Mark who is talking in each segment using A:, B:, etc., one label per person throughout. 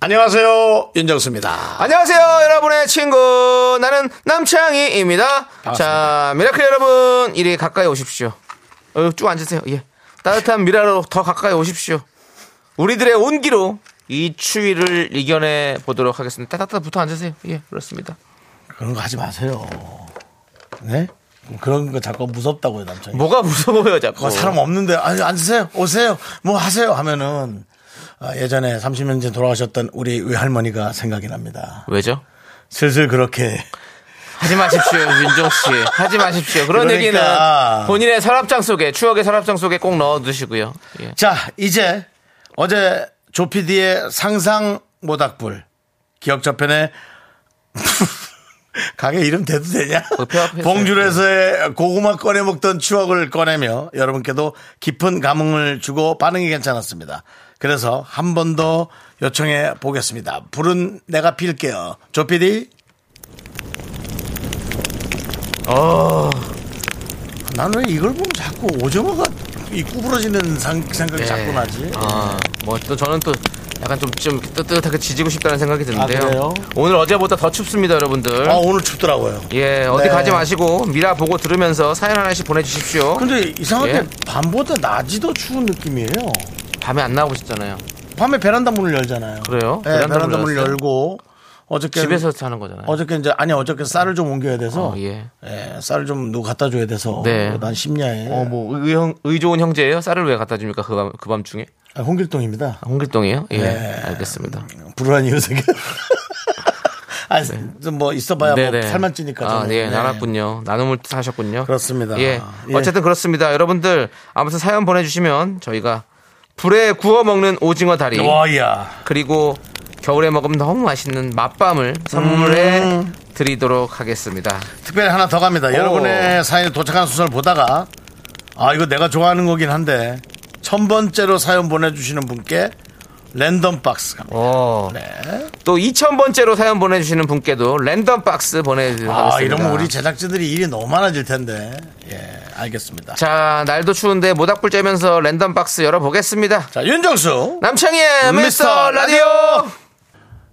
A: 안녕하세요 윤정수입니다.
B: 안녕하세요, 여러분의 친구. 나는 남창희입니다. 자, 미라클 여러분, 이리 가까이 오십시오. 어, 쭉 앉으세요. 예. 따뜻한 미라로 더 가까이 오십시오. 우리들의 온기로 이 추위를 이겨내 보도록 하겠습니다. 따뜻하부터 앉으세요. 예, 그렇습니다.
A: 그런 거 하지 마세요. 네? 그런 거 자꾸 무섭다고요 남창이.
B: 뭐가 무서워요,
A: 그거
B: 자꾸.
A: 사람 없는데 아니 앉으세요 오세요 뭐 하세요 하면은 아, 예전에 30년 전 돌아가셨던 우리 외할머니가 생각이 납니다.
B: 왜죠?
A: 슬슬 그렇게
B: 하지 마십시오, 윤종 씨. 하지 마십시오. 그런
A: 그러니까.
B: 얘기는 본인의 서랍장 속에, 추억의 서랍장 속에 꼭 넣어 두시고요. 예.
A: 자, 이제 어제 조피디의 상상 모닥불 기억 저편에 가게 이름 대도 되냐?
B: 어, 폐업 했어요.
A: 봉줄에서의 고구마 꺼내 먹던 추억을 꺼내며 여러분께도 깊은 감흥을 주고 반응이 괜찮았습니다. 그래서 한 번 더 요청해 보겠습니다. 불은 내가 필게요. 조피디. 어. 나는 왜 이걸 보면 자꾸 오징어가 이 구부러지는 상- 생각이 자꾸 나지?
B: 네. 아, 뭐 또 저는 또 약간 좀, 좀 뜨뜻하게 지지고 싶다는 생각이 드는데요.
A: 아, 그래요?
B: 오늘 어제보다 더 춥습니다, 여러분들.
A: 아 오늘 춥더라고요.
B: 예, 어디
A: 네.
B: 가지 마시고 미라 보고 들으면서 사연 하나씩 보내주십시오.
A: 근데 이상하게
B: 예.
A: 밤보다 낮이 더 추운 느낌이에요.
B: 밤에 안 나오셨잖아요.
A: 밤에 베란다 문을 열잖아요.
B: 그래요?
A: 예,
B: 베란다
A: 베란다,
B: 문을
A: 문을
B: 열었어요?
A: 열고 어저께
B: 집에서 사는 거잖아요.
A: 어저께 이제 아니 어저께 쌀을 좀 옮겨야 돼서
B: 어, 예.
A: 예. 쌀을 좀 누구 갖다 줘야 돼서
B: 네.
A: 난 심야에
B: 어, 뭐 의형, 의좋은 형제예요? 쌀을 왜 갖다 줍니까? 그 밤, 그 밤중에?
A: 아, 홍길동입니다.
B: 아, 홍길동이에요? 예,
A: 네.
B: 알겠습니다.
A: 불안이 요새게. 아니 좀뭐 있어봐야 뭐
B: 네. 네네.
A: 살만 찌니까.
B: 아,
A: 저는.
B: 예,
A: 네.
B: 나눴군요. 나눔을 하셨군요.
A: 그렇습니다.
B: 예.
A: 예.
B: 어쨌든 그렇습니다. 여러분들, 아무튼 사연 보내주시면 저희가 불에 구워 먹는 오징어 다리,
A: 와, 야.
B: 그리고 겨울에 먹으면 너무 맛있는 맛밤을 선물해
A: 음.
B: 드리도록 하겠습니다.
A: 특별히 하나 더 갑니다. 여러분의 사연에 도착한 순서를 보다가 아 이거 내가 좋아하는 거긴 한데 천 번째로 사연 보내주시는 분께 랜덤 박스 갑니다.
B: 오.
A: 네.
B: 또 2000번째로 사연 보내주시는 분께도 랜덤 박스 보내드리도록
A: 아
B: 하겠습니다.
A: 이러면 우리 제작진들이 일이 너무 많아질 텐데 예 알겠습니다. 자,
B: 자, 날도 추운데 모닥불 쬐면서 랜덤 박스 열어보겠습니다.
A: 윤정수
B: 남창희의 미스터
A: 미스터
B: 라디오!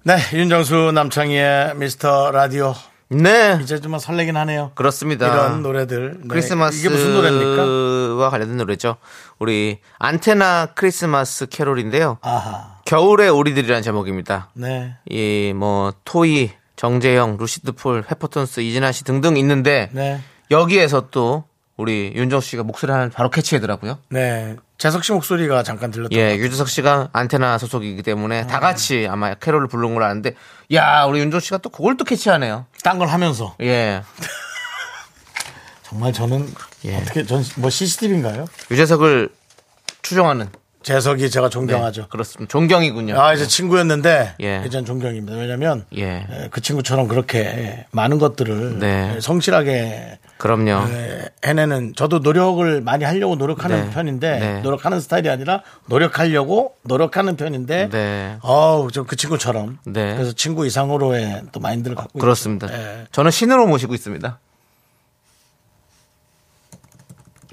A: 네 윤정수 남창희의 미스터 라디오
B: 네.
A: 이제 좀 설레긴 하네요.
B: 그렇습니다.
A: 이런 노래들 네,
B: 크리스마스.
A: 이게 무슨 노래입니까?
B: 와 관련된 노래죠. 우리 안테나 크리스마스 캐롤인데요.
A: 아하
B: 겨울의 우리들이라는 제목입니다.
A: 네
B: 이 뭐 토이, 정재영, 루시드 폴, 페퍼톤스, 이진아 씨 등등 있는데
A: 네.
B: 여기에서 또 우리 윤정 씨가 목소리 하나 바로 캐치하더라고요.
A: 네. 재석 씨 목소리가 잠깐 들렸던
B: 예, 유재석 씨가 안테나 소속이기 때문에
A: 음.
B: 다 같이 아마 캐롤을 부른 걸 아는데 야, 우리 윤정 씨가 또 그걸 또 캐치하네요.
A: 딴걸 하면서
B: 예.
A: 정말 저는
B: 예.
A: 어떻게 전 뭐 CCTV인가요?
B: 유재석을 추종하는
A: 재석이 제가
B: 네,
A: 존경하죠.
B: 그렇습니다. 존경이군요.
A: 아 이제 친구였는데
B: 예.
A: 예전 존경입니다. 왜냐하면
B: 예.
A: 그 친구처럼 그렇게 많은 것들을
B: 네.
A: 예, 성실하게
B: 그럼요.
A: 예, 해내는 저도 노력을 많이 하려고 노력하는
B: 네.
A: 편인데
B: 네.
A: 노력하는 스타일이 아니라 노력하려고 노력하는 편인데
B: 네.
A: 어우 저 그 친구처럼
B: 네.
A: 그래서 친구 이상으로의 또 마인드를 갖고
B: 그렇습니다.
A: 있죠. 예.
B: 저는 신으로 모시고 있습니다.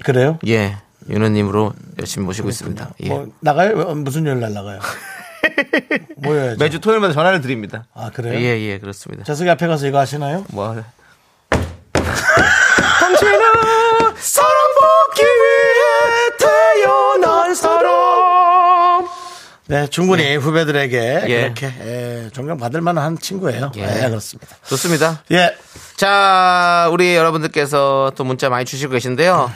A: 그래요?
B: 예. 윤호님으로 열심히 모시고 있습니다. 예.
A: 뭐 나가요? 왜, 무슨 요일 날 나가요? 뭐여야죠.
B: 매주 토요일마다 전화를 드립니다.
A: 아
B: 예,
A: 그래요?
B: 예, 그렇습니다.
A: 재석이 앞에 가서 이거 하시나요?
B: 뭐. 당신은 사랑받기 위해 태어난 사람.
A: 네, 충분히 후배들에게
B: 예.
A: 그렇게 예, 존경받을 만한 친구예요.
B: 예.
A: 예, 그렇습니다.
B: 좋습니다.
A: 예,
B: 자, 우리 여러분들께서 또 문자 많이 주시고 계신데요.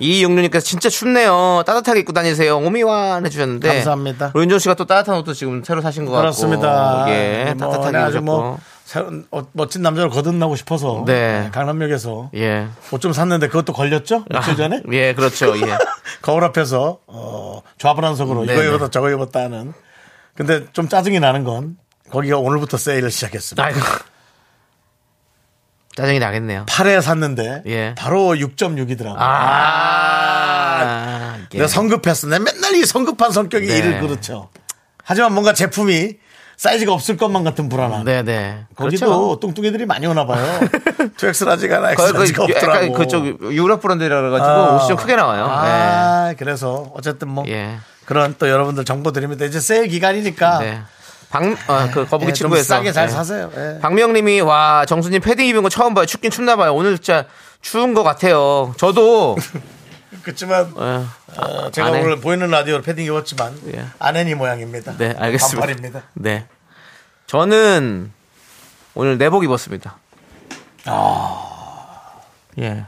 B: 이육류님께서 진짜 춥네요. 따뜻하게 입고 다니세요. 오미완 해주셨는데.
A: 감사합니다.
B: 우리 윤종 씨가 또 따뜻한 옷도 지금 새로 사신 것 같고.
A: 그렇습니다.
B: 예,
A: 뭐,
B: 따뜻하게
A: 네, 아주
B: 입으셨고.
A: 뭐 새로운, 어, 멋진 남자로 거듭나고 싶어서
B: 네.
A: 예, 강남역에서
B: 예.
A: 옷 좀 샀는데 그것도 걸렸죠? 며칠 전에
B: 예, 그렇죠. 예.
A: 거울 앞에서 어, 좌불안석으로
B: 네,
A: 이거
B: 네.
A: 입었다 저거 입었다 하는. 근데 좀 짜증이 나는 건 거기가 오늘부터 세일을 시작했습니다.
B: 아이고. 짜증이 나겠네요.
A: 8에 샀는데
B: 예.
A: 바로 6.6이더라고요.
B: 아, 이게.
A: 내가 성급했어. 내가 맨날 이 성급한 성격이
B: 네.
A: 일을 그렇죠. 하지만 뭔가 제품이 사이즈가 없을 것만 같은 불안함.
B: 네네. 그렇죠.
A: 거기도 뚱뚱이들이 많이 오나 봐요. 2X라지가 하나
B: 거의 그,
A: X라지가
B: 약간
A: 없더라고.
B: 그쪽 유럽 브랜드라 그래가지고
A: 아.
B: 옷이 좀 크게 나와요.
A: 아, 그래서 어쨌든 뭐
B: 예. 예.
A: 그런 또 여러분들 정보 드립니다. 이제 세일 기간이니까
B: 네. 방, 어, 그 거북이
A: 예, 아. 좀
B: 친구에서.
A: 싸게 잘
B: 예.
A: 사세요. 예.
B: 박명님이 와 정수님 패딩 입은 거 처음 봐요. 춥긴 춥나 봐요. 오늘 진짜 추운 것 같아요. 저도
A: 그렇지만
B: 예.
A: 어, 제가
B: 아내.
A: 오늘 보이는 라디오로 패딩 입었지만
B: 예.
A: 아내니 모양입니다.
B: 네 알겠습니다.
A: 반팔입니다.
B: 네, 저는 오늘 내복 입었습니다.
A: 아.
B: 예,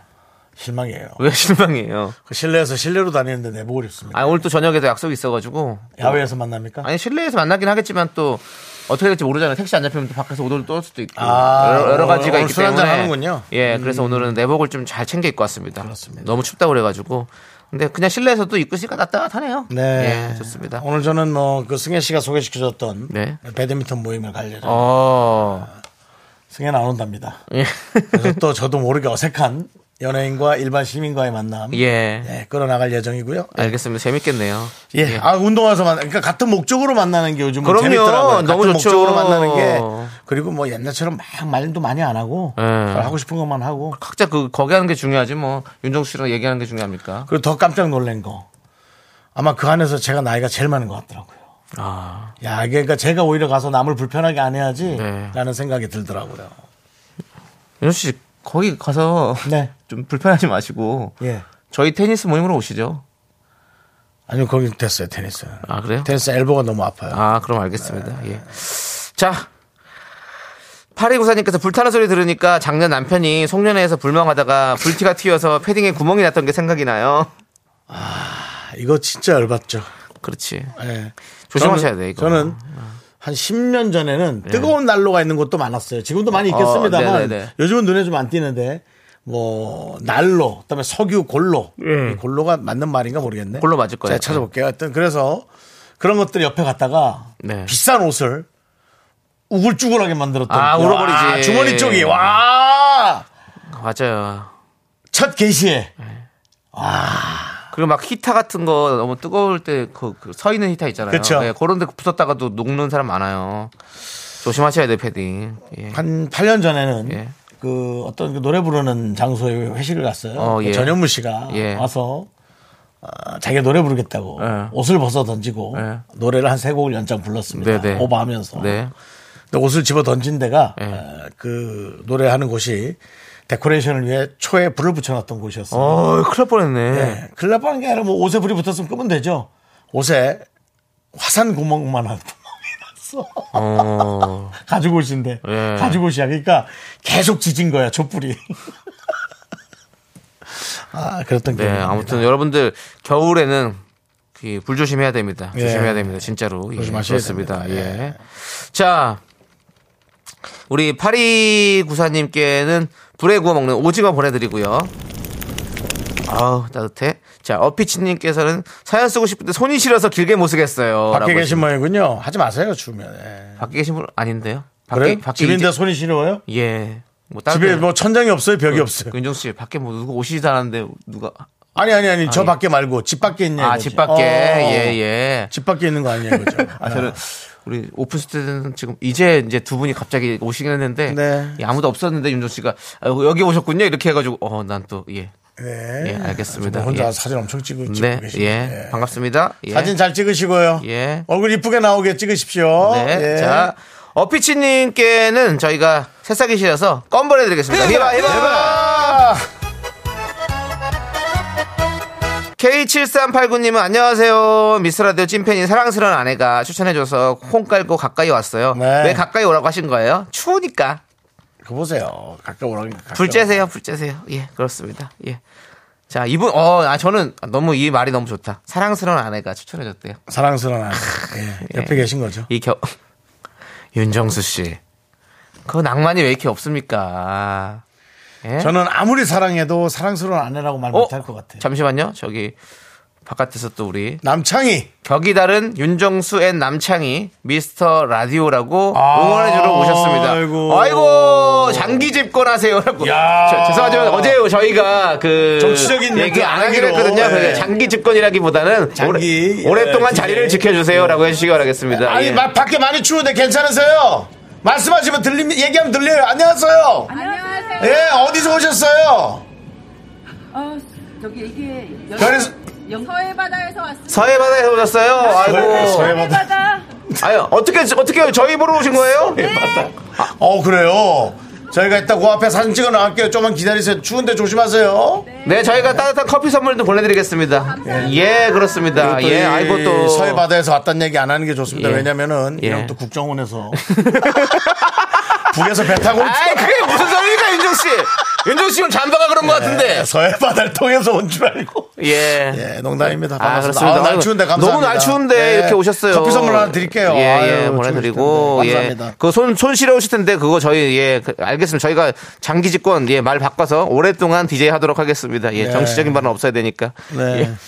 A: 실망이에요.
B: 왜 실망이에요?
A: 그 실내에서 실내로 다니는데 내복을 입습니다.
B: 아 오늘 또 저녁에도 약속이 있어가지고
A: 야외에서 만납니까?
B: 아니 실내에서 만나긴 하겠지만 또 어떻게 될지 모르잖아요. 택시 안 잡히면 또 밖에서 오돌 떨 수도 있고
A: 아,
B: 여러, 여러 가지가
A: 오늘
B: 있기
A: 술
B: 때문에
A: 한잔 하는군요. 음.
B: 예, 그래서 오늘은 내복을 좀 잘 챙겨 입고 왔습니다.
A: 그렇습니다.
B: 너무 춥다 고 그래가지고 근데 그냥 실내에서도 입고 있으니까 따뜻하네요.
A: 네.
B: 예, 좋습니다.
A: 오늘 저는 뭐 그 승혜 씨가 소개시켜줬던
B: 네.
A: 배드민턴 모임을 갈 예정.
B: 어,
A: 승혜는 안 온답니다.
B: 예,
A: 그래서 또 저도 모르게 어색한 연예인과 일반 시민과의 만남.
B: 예.
A: 예, 끌어나갈 예정이고요.
B: 알겠습니다. 재밌겠네요.
A: 예. 아, 운동화에서 만 그러니까 같은 목적으로 만나는 게 요즘
B: 그럼요.
A: 재밌더라고요.
B: 너무
A: 같은
B: 좋죠.
A: 목적으로 만나는 게 그리고 뭐 옛날처럼 막 말도 많이 안 하고
B: 예.
A: 잘 하고 싶은 것만 하고
B: 각자 그 거기 하는 게 중요하지 뭐 윤정수 씨랑 얘기하는 게 중요합니까?
A: 그리고 더 깜짝 놀란 거 아마 그 안에서 제가 나이가 제일 많은 것 같더라고요.
B: 아,
A: 야, 이게 그러니까 제가 오히려 가서 남을 불편하게 안
B: 네.
A: 해야지라는 생각이 들더라고요.
B: 윤정수 씨 거기 가서
A: 네.
B: 좀 불편하지 마시고
A: 예.
B: 저희 테니스 모임으로 오시죠.
A: 아니요, 거기 됐어요, 테니스.
B: 아 그래요?
A: 테니스 엘보가 너무 아파요.
B: 아, 그럼 알겠습니다. 예. 자. 8294님께서 불타는 소리 들으니까 작년 남편이 송년회에서 불멍하다가 불티가 튀어서 패딩에 구멍이 났던 게 생각이 나요.
A: 아, 이거 진짜 열받죠.
B: 그렇지.
A: 예.
B: 조심하셔야
A: 저는-
B: 돼, 이거. 아. 네.
A: 저는 한 10년 전에는 뜨거운 난로가 있는 곳도 많았어요. 지금도 많이
B: 어,
A: 있겠습니다만
B: 네네네.
A: 요즘은 눈에 좀 안 띄는데 뭐 난로, 그다음에 석유 골로, 이 골로가 맞는 말인가 모르겠네.
B: 골로 맞을 거예요.
A: 제가 찾아볼게요. 하여튼 그래서 그런 것들 옆에 갔다가
B: 네.
A: 비싼 옷을 우글쭈글하게 만들었던 와,
B: 아, 울어버리지. 예.
A: 주머니 쪽이 와.
B: 맞아요.
A: 첫 게시에
B: 그리고 막 히타 같은 거 너무 뜨거울 때 그 서 있는 히타 있잖아요.
A: 그쵸.
B: 예, 그런 데 붙었다가도 녹는 사람 많아요. 조심하셔야 돼, 패딩. 예.
A: 한 8년 전에는
B: 예.
A: 그 어떤 그 노래 부르는 장소에 회식을 갔어요. 그러니까
B: 어, 예.
A: 전현무 씨가
B: 예.
A: 와서 어, 자기가 노래 부르겠다고
B: 예.
A: 옷을 벗어 던지고
B: 예.
A: 노래를 한 세 곡을 연장 불렀습니다.
B: 네네.
A: 오버하면서
B: 네. 예.
A: 근데 옷을 집어 던진 데가 어, 그 노래하는 곳이 데코레이션을 위해 초에 불을 붙여놨던 곳이었어요.
B: 어, 큰일 날 뻔했네.
A: 네. 큰일 날 뻔한 게 아니라 뭐 옷에 불이 붙었으면 끄면 되죠. 옷에 화산 구멍만 한 구멍이 났어.
B: 어.
A: 가지고 옷인데
B: 예.
A: 가지고 옷이야. 그러니까 계속 지진 거야 촛불이. 아 그랬던
B: 네,
A: 기억이
B: 아무튼 여러분들 겨울에는 그불 조심해야 됩니다.
A: 예.
B: 조심해야 됩니다. 진짜로. 예,
A: 조심하셔야
B: 그렇습니다.
A: 됩니다.
B: 예. 자, 우리 파리 구사님께는 불에 구워 먹는 오징어 보내드리고요. 아우 따뜻해. 자 어피치님께서는 사연 쓰고 싶은데 손이 시려서 길게 못 쓰겠어요.
A: 밖에
B: 라고
A: 계신 모양이군요. 하지 마세요 주면. 예.
B: 하시- 밖에 계신 분 아닌데요. 밖에
A: 그래?
B: 밖에
A: 집인데
B: 이제-
A: 손이 시려워요?
B: 예. 뭐
A: 집에
B: 다른
A: 뭐 천장이 없어요,
B: 그
A: 벽이 없어요.
B: 윤정 씨 밖에 뭐 누구 오시지 않았는데 누가
A: 아니 아니 아니 저
B: 아니.
A: 밖에 말고 집 밖에 있냐?
B: 아
A: 이거지.
B: 집 밖에
A: 어, 어,
B: 예
A: 어.
B: 예.
A: 집 밖에 있는 거 아니에요, 그죠?
B: 아, 저는 우리 오픈 스튜디오는 지금 이제 이제 두 분이 갑자기 오시긴 했는데
A: 네.
B: 예, 아무도 없었는데 윤종 씨가 아, 여기 오셨군요 이렇게 해가지고 어 난 또 예.
A: 네.
B: 예, 알겠습니다.
A: 뭐 혼자
B: 예.
A: 사진 엄청 찍고 찍고
B: 네,
A: 계시네.
B: 예,
A: 예.
B: 반갑습니다. 예.
A: 사진 잘 찍으시고요.
B: 예.
A: 얼굴 이쁘게 나오게 찍으십시오.
B: 네,
A: 예.
B: 자 어피치님께는 저희가 새싹이 시라서 껌 보내드리겠습니다. 히바 히바. K7389님은 안녕하세요. 미스라디오 찐팬인 사랑스러운 아내가 추천해줘서 콩 깔고 가까이 왔어요.
A: 네.
B: 왜 가까이 오라고 하신 거예요? 추우니까.
A: 그 보세요. 가까워 오라니까.
B: 불째세요, 불째세요. 아, 예, 그렇습니다. 예. 자, 이분, 어, 아, 저는 너무 이 말이 너무 좋다. 사랑스러운 아내가 추천해줬대요.
A: 사랑스러운 아내. 예, 옆에
B: 예.
A: 계신 거죠.
B: 이 겨, 윤정수 씨. 그 낭만이 왜 이렇게 없습니까? 예?
A: 저는 아무리 사랑해도 사랑스러운 아내라고 말
B: 어?
A: 못할 것 같아요.
B: 잠시만요. 저기 바깥에서 또 우리
A: 남창희.
B: 격이 다른 윤정수 앤 남창희 미스터 라디오라고
A: 아,
B: 응원해주러 오셨습니다.
A: 아이고.
B: 아이고, 장기집권 하세요라고.
A: 야.
B: 저- 죄송하지만 어제 저희가 그
A: 정치적인
B: 얘기
A: 멘트
B: 안
A: 안
B: 하기로
A: 하기로.
B: 했거든요.
A: 예.
B: 그래서 장기집권이라기보다는
A: 장기,
B: 오래, 오랫동안
A: 예, 예.
B: 자리를 지켜주세요 라고 해주시기 바라겠습니다.
A: 아니
B: 예.
A: 마- 밖에 많이 추운데 괜찮으세요? 말씀하시면 들림 얘기하면 들려요. 안녕하세요.
C: 안녕하세요.
A: 예 어디서 오셨어요?
C: 어, 저기 이게 연-
A: 별에서-
C: 연- 서해바다에서 왔습니다.
B: 서해바다에서 오셨어요. 아이고.
A: 네, 서해-
C: 서해바다.
B: 아니, 어떻게, 어떻게 저희 보러 오신 거예요?
A: 어 그래요. 저희가 이따 그 앞에 사진 찍어 나갈게요. 좀만 기다리세요. 추운데 조심하세요.
B: 네, 저희가 따뜻한 커피 선물도 보내드리겠습니다. 예, 그렇습니다.
A: 또
B: 예,
A: 이
B: 아이고 또.
A: 서해 바다에서 왔다는 얘기 안 하는 게 좋습니다.
B: 예.
A: 왜냐면은
B: 예.
A: 이런 또 국정원에서 북에서 배 타고 온
B: 아이, 그게 무슨 소리입니까, 윤정씨? 윤정씨는 잠바가 그런 것 같은데.
A: 서해 바다를 통해서 온 줄 알고.
B: 예.
A: 예, 농담입니다.
B: 아,
A: 반갑습니다.
B: 그렇습니다.
A: 아, 날
B: 아이고,
A: 추운데 감사합니다.
B: 너무 날 추운데
A: 예,
B: 이렇게 오셨어요.
A: 커피 선물 하나 드릴게요.
B: 예,
A: 아유,
B: 예,
A: 추우실
B: 보내드리고.
A: 텐데.
B: 예.
A: 감사합니다.
B: 그 손, 손 시려우실 텐데 그거 저희, 예, 그, 알겠습니다. 저희가 장기 집권, 예, 말 바꿔서 오랫동안 DJ 하도록 하겠습니다. 예,
A: 네.
B: 정치적인 발언 없어야 되니까.
A: 네.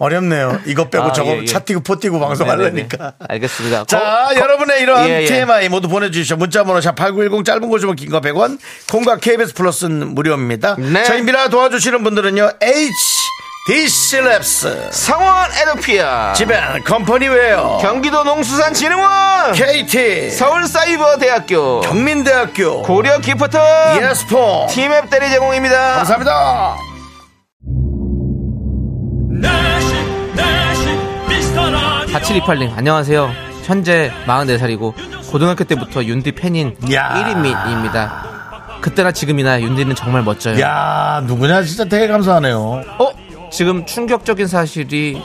A: 어렵네요. 이거 빼고
B: 예. 아,
A: 저거
B: 예, 예.
A: 차 띄고 포 띄고
B: 네네네.
A: 방송하려니까.
B: 알겠습니다.
A: 자,
B: 거- 거-
A: 여러분의 이런
B: 예, 예.
A: TMI 모두 보내주십시오. 문자번호 샵8910 짧은 거 주면 긴거 100원, 콩과 KBS 플러스는 무료입니다.
B: 네.
A: 저희 미라 도와주시는 분들은요, HDC 랩스,
B: 상원 에드피아.
A: 지벤 컴퍼니웨어,
B: 경기도 농수산진흥원.
A: KT,
B: 서울사이버대학교.
A: 경민대학교,
B: 고려 기프트.
A: 예스포,
B: 팀앱 대리 제공입니다.
A: 감사합니다.
D: 내시 내시 미스터 라디오
B: 4728님 안녕하세요. 현재 44살이고 고등학교 때부터 윤디 팬인
A: 야.
B: 1인입니다. 그때나 지금이나 윤디는 정말 멋져요.
A: 야 누구냐 진짜 되게 감사하네요.
B: 어? 지금 충격적인 사실이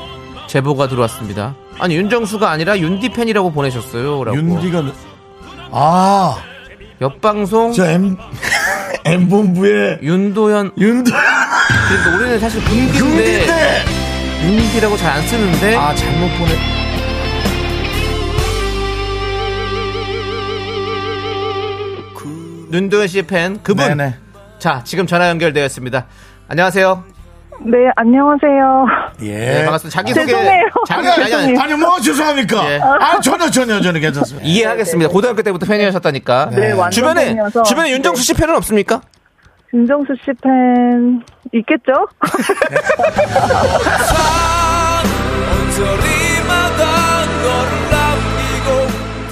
B: 제보가 들어왔습니다. 아니 윤정수가 아니라 윤디 팬이라고 보내셨어요. 라고.
A: 윤디가 아,
B: 옆방송
A: 저 M M 본부의
B: 윤도현
A: 윤도
B: 그러니까 우리는 사실 군디인데
A: 윤디인데
B: 윤디라고 잘 안 쓰는데
A: 아 잘못 보내.
B: 윤도현 씨 팬 그분
A: 네네.
B: 자 지금 전화 연결되었습니다. 안녕하세요.
E: 네, 안녕하세요.
A: 예.
B: 네, 반갑습니다. 자기 소개
E: 죄송해요.
B: 자기
A: 아니, 아니,
B: 소개
A: 아니, 아니, 뭐 죄송합니까?
B: 예.
A: 아 전혀 전혀 전혀 괜찮습니다.
B: 네. 이해하겠습니다. 고등학교 때부터 팬이셨다니까.
E: 네, 완전
B: 주변에
E: 팬이어서.
B: 주변에 윤정수 씨 팬은 없습니까?
E: 윤정수 씨 팬 있겠죠?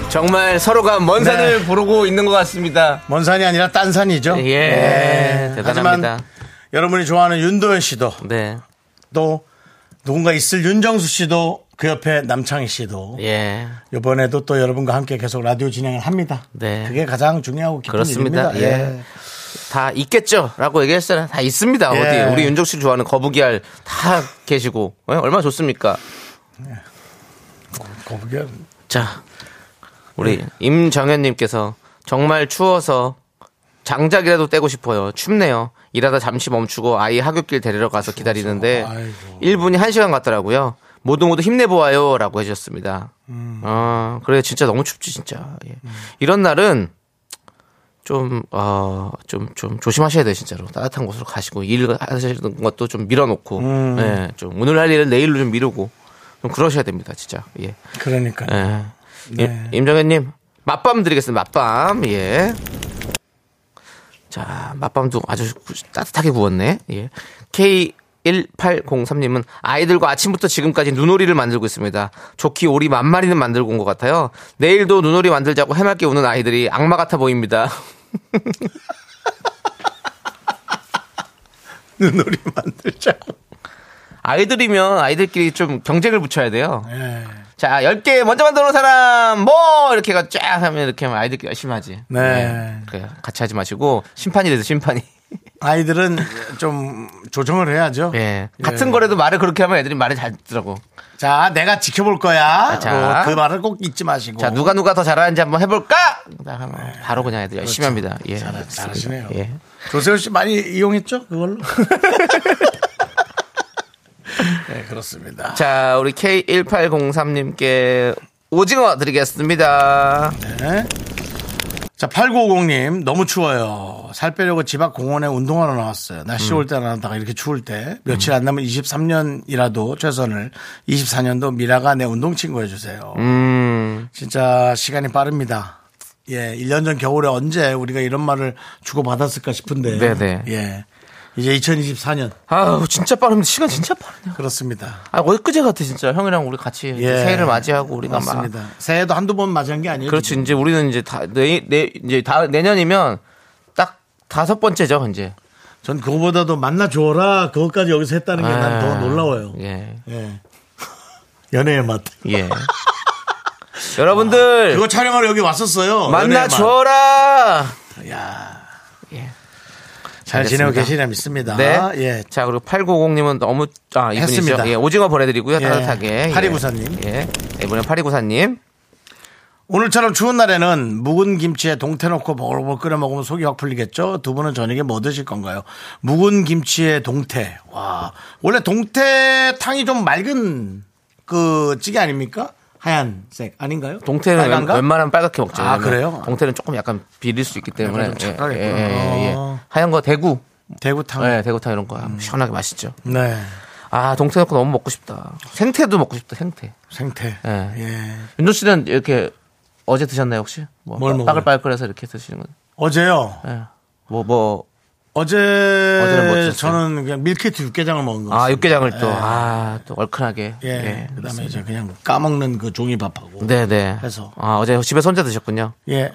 B: 정말 서로가 먼
A: 네.
B: 산을 부르고 있는 것 같습니다.
A: 먼 산이 아니라 딴 산이죠.
B: 예,
A: 예.
B: 대단합니다.
A: 하지만 여러분이 좋아하는 윤도현 씨도
B: 네,
A: 또 누군가 있을 윤정수 씨도 그 옆에 남창희 씨도
B: 예,
A: 이번에도 또 여러분과 함께 계속 라디오 진행을 합니다.
B: 네.
A: 그게 가장 중요하고 깊은
B: 그렇습니다.
A: 일입니다.
B: 예. 다 있겠죠라고 얘기했어요. 다 있습니다.
A: 예.
B: 어디 우리 윤정수 씨 좋아하는 거북이알 다 계시고 예, 얼마나 좋습니까?
A: 거북이
B: 자, 우리
A: 네.
B: 임정현님께서 정말 추워서 장작이라도 떼고 싶어요. 춥네요. 일하다 잠시 멈추고 아이 학교길 데리러 가서 기다리는데
A: 아이고.
B: 1분이 1시간 같더라고요. 모두 모두 힘내보아요. 라고 해주셨습니다.
A: 음.
B: 아, 그래, 진짜 너무 춥지, 진짜. 예. 이런 날은 좀, 어, 좀, 좀 조심하셔야 돼요, 진짜로. 따뜻한 곳으로 가시고, 일 하시는 것도 좀 밀어놓고,
A: 음.
B: 예, 좀 오늘 할 일을 내일로 좀 미루고, 좀 그러셔야 됩니다, 진짜. 예.
A: 그러니까.
B: 예. 임- 임정현님 맛밤 드리겠습니다. 맛밤 예. 자 맛밤도 아주 구- 따뜻하게 구웠네. 예. K 1803님은 아이들과 아침부터 지금까지 눈오리를 만들고 있습니다. 좋기 오리 만 마리는 만들고 온 것 같아요. 내일도 눈오리 만들자고 해맑게 우는 아이들이 악마 같아 보입니다.
A: 눈놀이 만들자고.
B: 아이들이면 아이들끼리 좀 경쟁을 붙여야 돼요.
A: 예.
B: 자, 10개 먼저 만들어 놓은 사람, 뭐! 이렇게 해가 쫙 하면 이렇게 하면 아이들끼리 열심히 하지.
A: 네.
B: 그래요. 같이 하지 마시고, 심판이 돼서 심판이.
A: 아이들은 좀 조정을 해야죠.
B: 예. 같은 거래도 말을 그렇게 하면 애들이 말을 잘 듣더라고.
A: 자, 내가 지켜볼 거야.
B: 아, 자.
A: 어, 그 말을 꼭 잊지 마시고.
B: 자, 누가 누가 더 잘하는지 한번 해볼까? 하면 바로 그냥 애들 열심히 합니다. 예.
A: 그렇죠. 잘,
B: 알겠습니다.
A: 잘하시네요.
B: 예.
A: 조세호 씨 많이 이용했죠? 그걸로. 네, 그렇습니다.
B: 자, 우리 K1803님께 오징어 드리겠습니다.
A: 네. 자, 8950님, 너무 추워요. 살 빼려고 집 앞 공원에 운동하러 나왔어요.
B: 음.
A: 날씨 올 때 나왔다가 이렇게 추울 때, 며칠 안 남은 23년이라도 최선을, 24년도 미라가 내 운동친구 해주세요.
B: 음,
A: 진짜 시간이 빠릅니다. 예, 1년 전 겨울에 언제 우리가 이런 말을 주고받았을까 싶은데.
B: 네네.
A: 예. 이제 2024년.
B: 아우 진짜 빠릅니다. 시간 진짜 빠르네요.
A: 그렇습니다.
B: 아 엊그제 같아 진짜 형이랑 우리 같이
A: 예.
B: 새해를 맞이하고 우리가 막
A: 맞습니다. 새해도 한두 번 맞이한 게 아니에요.
B: 그렇지 이제 우리는 이제 다내 내, 이제 다 내년이면 딱 다섯 번째죠 이제
A: 전 그거보다도 만나 줘라 그것까지 여기서 했다는 게 예, 난 더
B: 아,
A: 놀라워요. 예.
B: 예,
A: 연애의 맛.
B: 예. 여러분들
A: 아, 그거 촬영하러 여기 왔었어요. 연애의 맛.
B: 만나줘라.
A: 야.
B: 예.
A: 잘 지내고
B: 알겠습니다.
A: 계시나 믿습니다.
B: 네.
A: 예.
B: 자 그리고 8950님은 너무 아 이분이죠.
A: 했습니다.
B: 예, 오징어 보내드리고요.
A: 예.
B: 따뜻하게.
A: 파리구사님.
B: 예. 이번에 파리구사님.
A: 오늘처럼 추운 날에는 묵은 김치에 동태 넣고 버글버글 끓여 먹으면 속이 확 풀리겠죠? 두 분은 저녁에 뭐 드실 건가요? 묵은 김치에 동태. 와. 원래 동태탕이 좀 맑은 그 찌개 아닙니까? 하얀색 아닌가요?
B: 동태는 웬-
A: 빨간가?
B: 웬만하면 빨갛게 먹죠.
A: 아,
B: 왜냐면
A: 그래요?
B: 동태는 조금 약간 비릴 수 있기 때문에. 예,
A: 약간 좀 착하겠구나. 어. 음.
B: 하얀 거 대구.
A: 대구탕.
B: 예, 대구탕 이런 거 시원하게 맛있죠.
A: 네.
B: 아 동태 넣고 너무 먹고 싶다. 생태도 먹고 싶다. 생태.
A: 생태.
B: 예.
A: 예.
B: 윤조 씨는 이렇게 어제 드셨나요 혹시? 뭐
A: 뭘 먹어요?
B: 빠글빠글해서 이렇게 드시는 건.
A: 어제요.
B: 예. 뭐 뭐.
A: 어제
B: 어제는 뭐 드셨어요?
A: 저는 그냥 밀키트 육개장을 먹은 거.
B: 아 육개장을 또.
A: 예.
B: 아, 또 얼큰하게.
A: 예. 그다음에 이제 그냥 까먹는 그 종이밥하고.
B: 네네.
A: 해서.
B: 아 어제 집에서 혼자 드셨군요.
A: 예.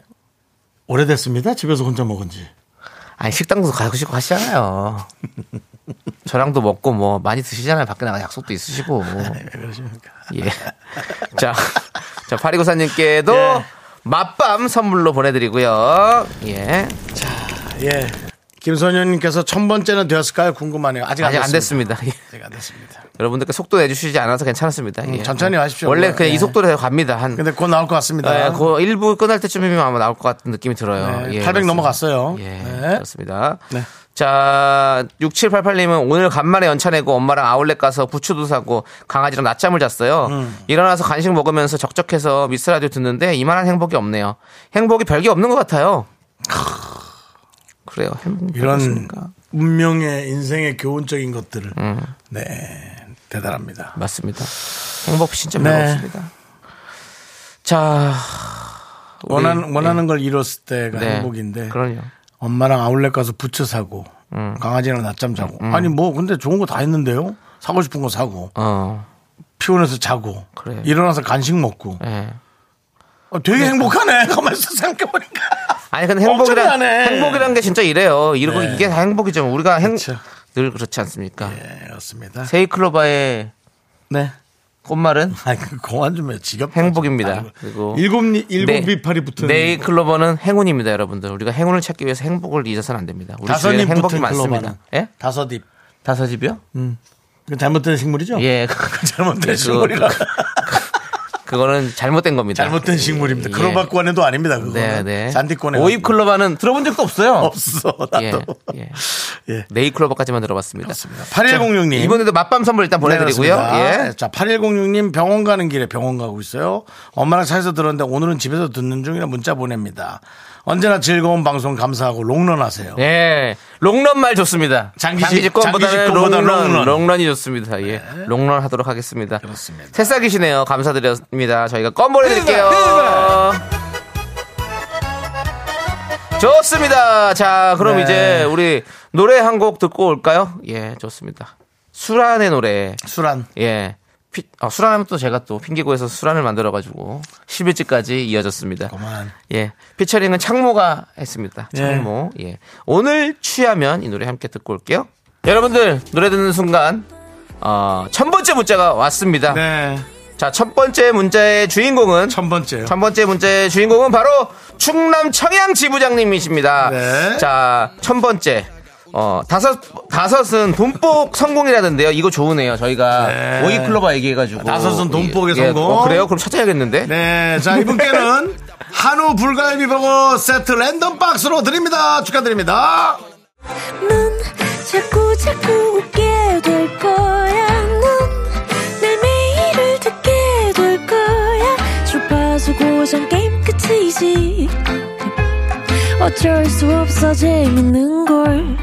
A: 오래됐습니다. 집에서 혼자 먹은 지.
B: 예, 아니 식당도 가고 싶고 하시잖아요. 저랑도 먹고 뭐 많이 드시잖아요. 밖에 나가 약속도 있으시고.
A: 네, 왜 그러십니까?
B: 예. 자, 자 파리고사님께도
A: 예.
B: 맛밤 선물로 보내드리고요. 예.
A: 예. 김선현님께서 천 번째는 되었을까요? 궁금하네요. 아직,
B: 아직 안 됐습니다. 예.
A: 아직 안 됐습니다.
B: 여러분들께 속도 내주시지 않아서 괜찮았습니다. 예.
A: 음, 천천히 하십시오.
B: 원래 그냥
A: 예.
B: 이 속도로 갑니다. 한
A: 근데 곧 나올 것 같습니다.
B: 예, 그 1부 끝날 때쯤이면 아마 나올 것 같은 느낌이 들어요.
A: 네,
B: 예,
A: 800
B: 그렇습니다.
A: 넘어갔어요.
B: 예,
A: 네.
B: 그렇습니다.
A: 네.
B: 자, 6788님은 오늘 간만에 연차 내고 엄마랑 아울렛 가서 부추도 사고 강아지랑 낮잠을 잤어요.
A: 음.
B: 일어나서 간식 먹으면서 적적해서 미스라디오 듣는데 이만한 행복이 없네요. 행복이 별게 없는 것 같아요. 그래요. 행복이
A: 이런
B: 별것입니까? 음.
A: 운명의 인생의 교훈적인 것들을. 네. 대단합니다.
B: 맞습니다. 행복 진짜 별거
A: 네.
B: 없습니다. 자, 우리- 예.
A: 원하는, 원하는 걸 이뤘을 때가
B: 네.
A: 행복인데.
B: 그럼요. 음.
A: 엄마랑 아울렛 가서 부츠 사고. 강아지랑 낮잠 자고. 아니, 뭐, 근데 좋은 거 다 했는데요? 사고 싶은 거 사고.
B: 어,
A: 피곤해서 자고.
B: 그래.
A: 일어나서 간식 먹고.
B: 예.
A: 어, 되게 행복하네. 가만있어 생각해보니까.
B: 아니 근데 행복이란
A: 엄청나네.
B: 행복이란 게 진짜 이래요. 이러고
A: 네.
B: 이게 다 행복이죠. 우리가 행,
A: 그쵸.
B: 늘 그렇지 않습니까?
A: 네, 그렇습니다.
B: 세이클로바의
A: 네.
B: 꽃말은
A: 아니, 그 공안 좀 해. 지겹.
B: 행복입니다. 그리고
A: 일곱, 니- 일곱
B: 네.
A: 비팔이 붙은.
B: 네이클로버는 행운입니다, 여러분들. 우리가 행운을 찾기 위해서 행복을 잊어서는 안 됩니다. 우리
A: 다섯
B: 주위에
A: 입
B: 행복이
A: 붙은
B: 많습니다.
A: 클로바는.
B: 예?
A: 다섯 입.
B: 다섯 집이요?
A: 그 잘못된 식물이죠?
B: 예. 그
A: 잘못된 식물이라.
B: 그거는 잘못된 겁니다.
A: 잘못된 식물입니다. 클로바권에도 아닙니다. 그거.
B: 예. 네, 네.
A: 잔디권에.
B: 오입 클로바는 들어본 적도 없어요.
A: 없어. 나도.
B: 예. 예.
A: 예.
B: 네이클로버까지만 들어봤습니다.
A: 8106님.
B: 이번에도 맛밤 선물 일단 보내드리고요.
A: 네,
B: 예.
A: 자, 8106님 병원 가는 길에 병원 가고 있어요. 엄마랑 차에서 들었는데 오늘은 집에서 듣는 중이라 문자 보냅니다. 언제나 즐거운 방송 감사하고 롱런하세요.
B: 예. 롱런 말 좋습니다.
A: 장기식-
B: 장기집권보다는
A: 장기집권보다
B: 롱런,
A: 롱런. 네.
B: 롱런. 이 좋습니다. 예. 롱런 하도록 하겠습니다.
A: 그렇습니다.
B: 새싹이시네요. 감사드립니다. 저희가 껌 보내드릴게요.
A: 네,
B: 좋습니다. 자, 그럼
A: 네.
B: 이제 우리 노래 한 곡 듣고 올까요? 예, 좋습니다. 수란의 노래.
A: 술안.
B: 예. 피, 아, 수란하면 또 제가 또 핑계고에서 수란을 만들어가지고 11집까지 이어졌습니다.
A: 그만.
B: 예. 피처링은 창모가 했습니다.
A: 예.
B: 창모. 예. 오늘 취하면 이 노래 함께 듣고 올게요. 여러분들, 노래 듣는 순간, 어, 첫 번째 문자가 왔습니다.
A: 네.
B: 자, 첫 번째 문자의 주인공은,
A: 첫 번째요.
B: 첫 번째 문자의 주인공은 바로 충남 청양 지부장님이십니다.
A: 네.
B: 자, 첫 번째. 어, 다섯, 다섯은 돈복 성공이라던데요. 이거 좋으네요. 저희가
A: 네.
B: 오이클로바 얘기해가지고.
A: 다섯은 돈복의
B: 예,
A: 성공.
B: 어, 그래요? 그럼 찾아야겠는데?
A: 네. 자, 이분께는 한우 불갈비 버거 세트 랜덤 박스로 드립니다. 축하드립니다.
F: 넌 자꾸 자꾸 웃게 될 거야. 넌내 매일을 듣게 될 거야. 주파수 고정 게임 끝이지. 어쩔 수 없어 재밌는 걸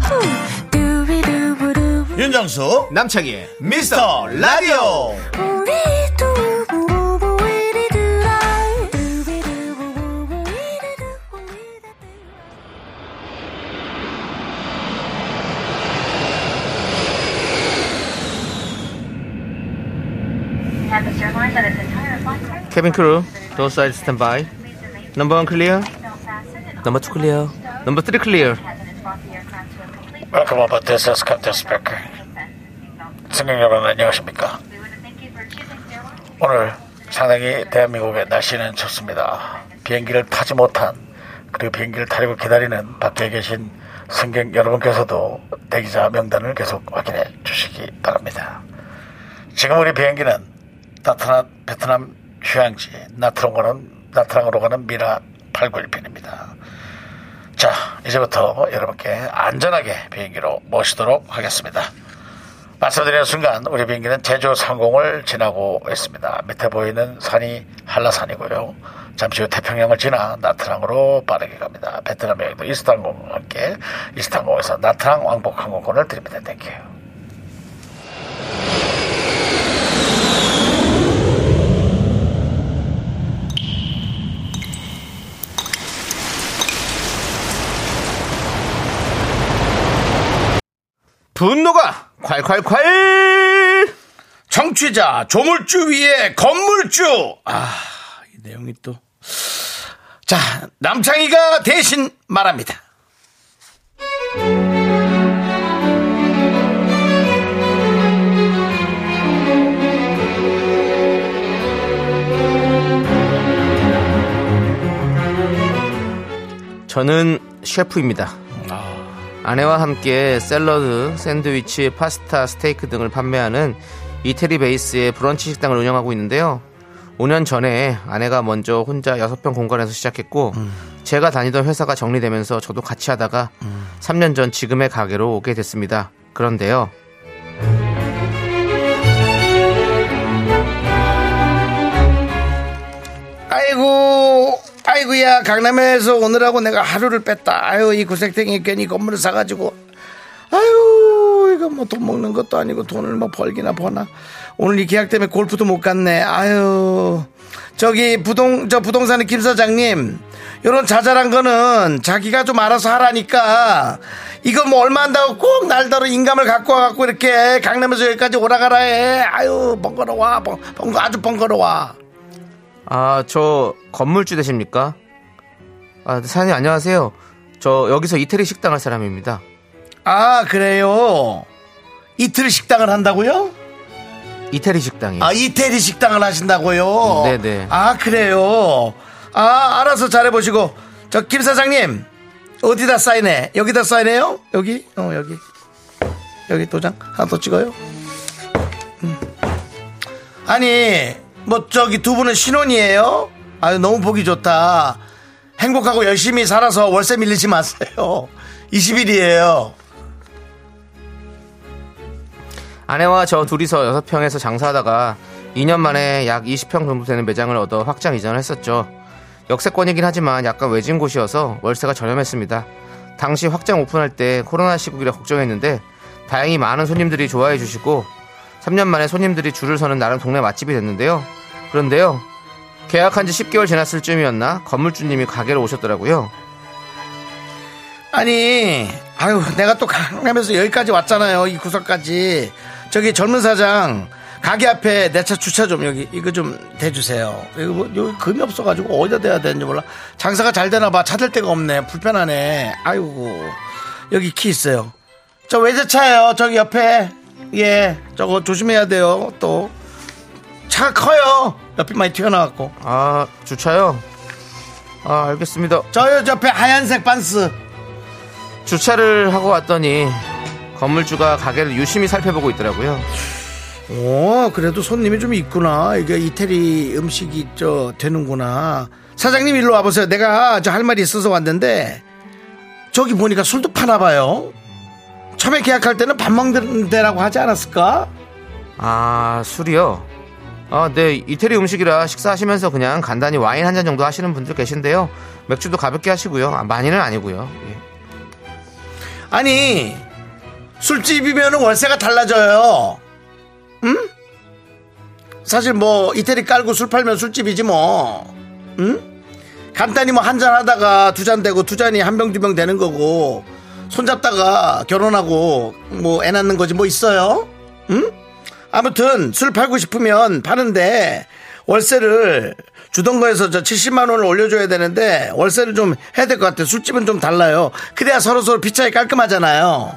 F: 후. 두비두부두.
A: 윤정수
B: 남창희의
A: 미스터 라디오
F: 우리 두부부부 우리 두라. 두비두부부부 우리 두부 우리 두부.
B: 케빈 크루 도어 사이드 스탠바이 넘버 1 클리어 넘버 2 클리어 넘버 3 클리어
G: Welcome aboard this is Captain Speaker. 승객 여러분 안녕하십니까? 오늘 상당히 대한민국의 날씨는 좋습니다. 비행기를 타지 못한 그리고 비행기를 타려고 기다리는 밖에 계신 승객 여러분께서도 대기자 명단을 계속 확인해 주시기 바랍니다. 지금 우리 비행기는 나트나, 베트남 휴양지 나트랑으로는, 나트랑으로 가는 미라 891편입니다. 자, 이제부터 여러분께 안전하게 비행기로 모시도록 하겠습니다. 말씀드리는 순간 우리 비행기는 제주 상공을 지나고 있습니다. 밑에 보이는 산이 한라산이고요. 잠시 후 태평양을 지나 나트랑으로 빠르게 갑니다. 베트남 여행도 이스탄공과 함께 이스탄공에서 나트랑 왕복 항공권을 드립니다. 땡큐.
B: 분노가 콸콸콸
A: 정취자 조물주 위에 건물주 아 이 내용이 또 자 남창희가 대신 말합니다
B: 저는 셰프입니다. 아내와 함께 샐러드, 샌드위치, 파스타, 스테이크 등을 판매하는 이태리 베이스의 브런치 식당을 운영하고 있는데요. 5년 전에 아내가 먼저 혼자 6평 공간에서 시작했고 제가 다니던 회사가 정리되면서 저도 같이 하다가 3년 전 지금의 가게로 오게 됐습니다. 그런데요.
A: 아이고 아이고야 강남에서 오느라고 내가 하루를 뺐다 아유 이 구색탱이 괜히 건물을 사가지고 아유 이거 뭐 돈 먹는 것도 아니고 돈을 뭐 벌기나 버나 오늘 이 계약 때문에 골프도 못 갔네 아유 저기 부동 저 부동산의 김 사장님 요런 자잘한 거는 자기가 좀 알아서 하라니까 이거 뭐 얼마 한다고 꼭 날더러 인감을 갖고 와갖고 이렇게 강남에서 여기까지 오라가라 해 아유 번거로워 번, 번, 아주 번거로워
B: 아, 저 건물주 되십니까? 아, 사장님 안녕하세요. 저 여기서 이태리 식당 할 사람입니다.
A: 아 그래요 이틀 식당을 한다고요?
B: 이태리 식당이요.
A: 아 이태리 식당을 하신다고요?
B: 네네.
A: 아 그래요 아 알아서 잘해보시고 저 김 사장님 어디다 사인해 여기다 사인해요? 여기? 어 여기 여기 도장 하나 더 찍어요 음. 아니 뭐 저기 두 분은 신혼이에요? 아유 너무 보기 좋다 행복하고 열심히 살아서 월세 밀리지 마세요 20일이에요
B: 아내와 저 둘이서 6평에서 장사하다가 2년 만에 약 20평 정도 되는 매장을 얻어 확장 이전을 했었죠. 역세권이긴 하지만 약간 외진 곳이어서 월세가 저렴했습니다. 당시 확장 오픈할 때 코로나 시국이라 걱정했는데 다행히 많은 손님들이 좋아해 주시고 3년 만에 손님들이 줄을 서는 나름 동네 맛집이 됐는데요. 그런데요. 계약한 지 10개월 지났을 쯤이었나 건물주님이 가게로 오셨더라고요.
A: 아니, 아유, 내가 또 강남에서 여기까지 왔잖아요. 이 구석까지. 저기 젊은 사장, 가게 앞에 내 차 주차 좀 여기, 이거 좀 대주세요. 이거 뭐, 여기 금이 없어가지고 어디다 대야 되는지 몰라. 장사가 잘 되나봐. 찾을 데가 없네. 불편하네. 아이고. 여기 키 있어요. 저 외제차예요. 저기 옆에. 예. 저거 조심해야 돼요. 또. 차가 커요. 옆이 많이 튀어나왔고.
B: 아, 주차요? 아, 알겠습니다.
A: 저요, 저 옆에 하얀색 반스.
B: 주차를 하고 왔더니 건물주가 가게를 유심히 살펴보고 있더라고요.
A: 오, 어, 그래도 손님이 좀 있구나. 이게 이태리 음식이 저 되는구나. 사장님 일로 와보세요. 내가 저 할 말이 있어서 왔는데 저기 보니까 술도 파나 봐요. 처음에 계약할 때는 밥 먹는 데라고 하지 않았을까?
B: 아 술이요? 아 네 이태리 음식이라 식사하시면서 그냥 간단히 와인 한 잔 정도 하시는 분들 계신데요. 맥주도 가볍게 하시고요. 아, 많이는 아니고요. 예.
A: 아니 술집이면 월세가 달라져요. 음? 사실 뭐 이태리 깔고 술 팔면 술집이지 뭐. 음? 간단히 뭐 한 잔 하다가 두 잔 되고 두 잔이 한 병 두 병 되는 거고 손잡다가 결혼하고 뭐 애 낳는 거지 뭐 있어요? 음? 아무튼 술 팔고 싶으면 파는데 월세를 주던 거에서 저 70만 원을 올려줘야 되는데 월세를 좀 해야 될 것 같아요. 술집은 좀 달라요. 그래야 서로 서로 빚자이 깔끔하잖아요.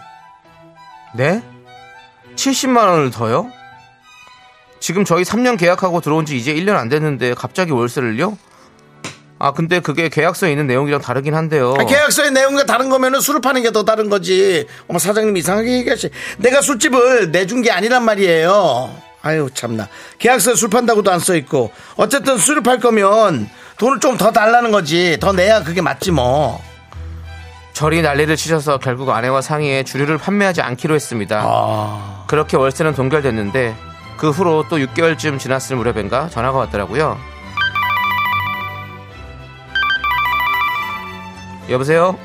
B: 네? 70만 원을 더요? 지금 저희 3년 계약하고 들어온 지 이제 1년 안 됐는데 갑자기 월세를요? 아 근데 그게 계약서에 있는 내용이랑 다르긴 한데요.
A: 아, 계약서의 내용과 다른 거면은 술을 파는 게 더 다른 거지. 어머 사장님 이상하게 얘기하시. 내가 술집을 내준 게 아니란 말이에요. 아유 참나. 계약서에 술 판다고도 안 써 있고. 어쨌든 술을 팔 거면 돈을 좀 더 달라는 거지. 더 내야 그게 맞지 뭐.
B: 절이 난리를 치셔서 결국 아내와 상의해 주류를 판매하지 않기로 했습니다.
A: 아.
B: 그렇게 월세는 동결됐는데 그 후로 또 6개월쯤 지났을 무렵인가 전화가 왔더라고요. 여보세요?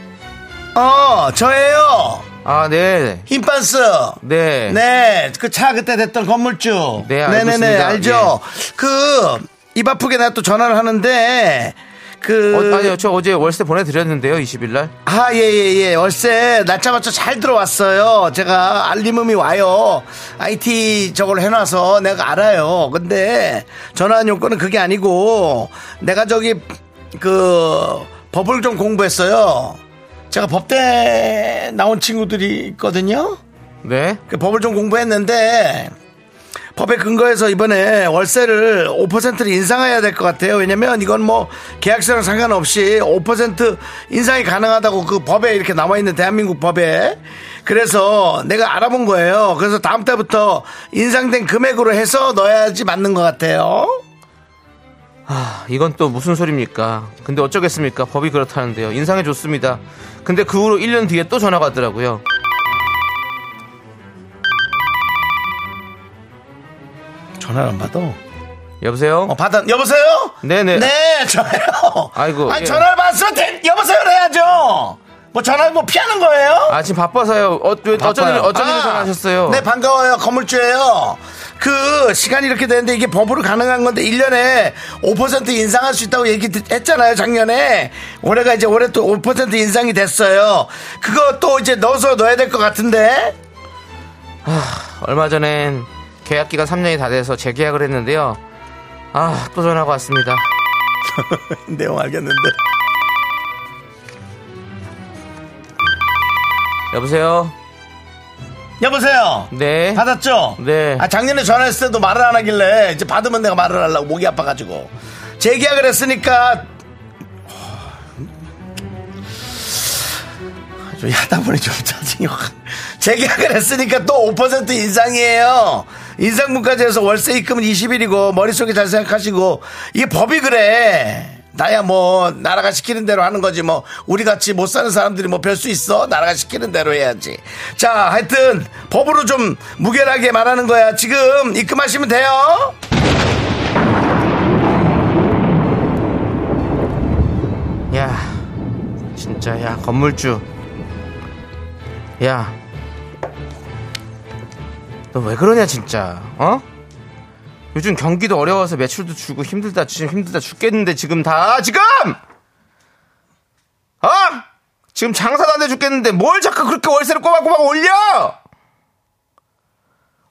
A: 어 저예요.
B: 아, 네.
A: 힘반스.
B: 네.
A: 네, 그 차 그때 됐던 건물주.
B: 네,
A: 네네
B: 알겠습니다. 예.
A: 알죠. 그, 입 아프게 내가 또 전화를 하는데, 그,
B: 어, 아니요, 저 어제 월세 보내드렸는데요, 20일날.
A: 아, 예, 예, 예. 월세 날짜 맞춰 잘 들어왔어요. 제가 알림음이 와요. IT 저걸 해놔서 내가 알아요. 근데 전화한 요건은 그게 아니고 내가 저기 그 법을 좀 공부했어요. 제가 법대 나온 친구들이 있거든요.
B: 네.
A: 그 법을 좀 공부했는데 법에 근거해서 이번에 월세를 5%를 인상해야 될 것 같아요. 왜냐면 이건 뭐 계약서랑 상관없이 5% 인상이 가능하다고 그 법에 이렇게 남아 있는 대한민국 법에 그래서 내가 알아본 거예요. 그래서 다음 달부터 인상된 금액으로 해서 넣어야지 맞는 것 같아요.
B: 아, 이건 또 무슨 소리입니까? 근데 어쩌겠습니까? 법이 그렇다는데요. 인상해 줬습니다. 근데 그 후로 1년 뒤에 또 전화가 왔더라고요.
A: 전화를 안 받아.
B: 여보세요?
A: 어, 받아. 여보세요?
B: 네네.
A: 네, 저요.
B: 아이고,
A: 아니,
B: 예.
A: 전화를 받았으면 돼. 여보세요를 해야죠. 뭐 전화를 뭐 피하는 거예요?
B: 아, 지금 바빠서요. 어, 왜, 어쩐 일, 어쩐 일로
A: 아,
B: 전화하셨어요?
A: 네, 반가워요. 건물주예요. 그 시간이 이렇게 되는데 이게 법으로 가능한 건데 1년에 5% 인상할 수 있다고 얘기했잖아요, 작년에. 올해가 이제 올해 또 5% 인상이 됐어요. 그거 또 이제 넣어서 넣어야 될 것 같은데.
B: 얼마 전엔 계약 기간 3년이 다 돼서 재계약을 했는데요. 아, 또 전화가 왔습니다.
A: 내용 알겠는데.
B: 여보세요?
A: 여보세요.
B: 네.
A: 받았죠?
B: 네.
A: 아, 작년에 전화했을 때도 말을 안 하길래 이제 받으면 내가 말을 하려고 목이 아파가지고. 재계약을 했으니까. 좀 하다 보니 좀 짜증이 확. 재계약을 했으니까 또 5% 인상이에요. 인상분까지 해서 월세 입금은 20일이고 머릿속에 잘 생각하시고 이게 법이 그래. 나야 뭐 나라가 시키는 대로 하는 거지 뭐 우리 같이 못 사는 사람들이 뭐 별 수 있어 나라가 시키는 대로 해야지 자 하여튼 법으로 좀 무결하게 말하는 거야 지금 입금하시면 돼요
B: 야, 진짜, 야, 건물주. 야, 너 왜 그러냐, 진짜, 어? 요즘 경기도 어려워서 매출도 줄고 힘들다, 지금 힘들다 죽겠는데, 지금 다, 지금! 어? 지금 장사도 안 돼 죽겠는데, 뭘 자꾸 그렇게 월세를 꼬박꼬박 올려!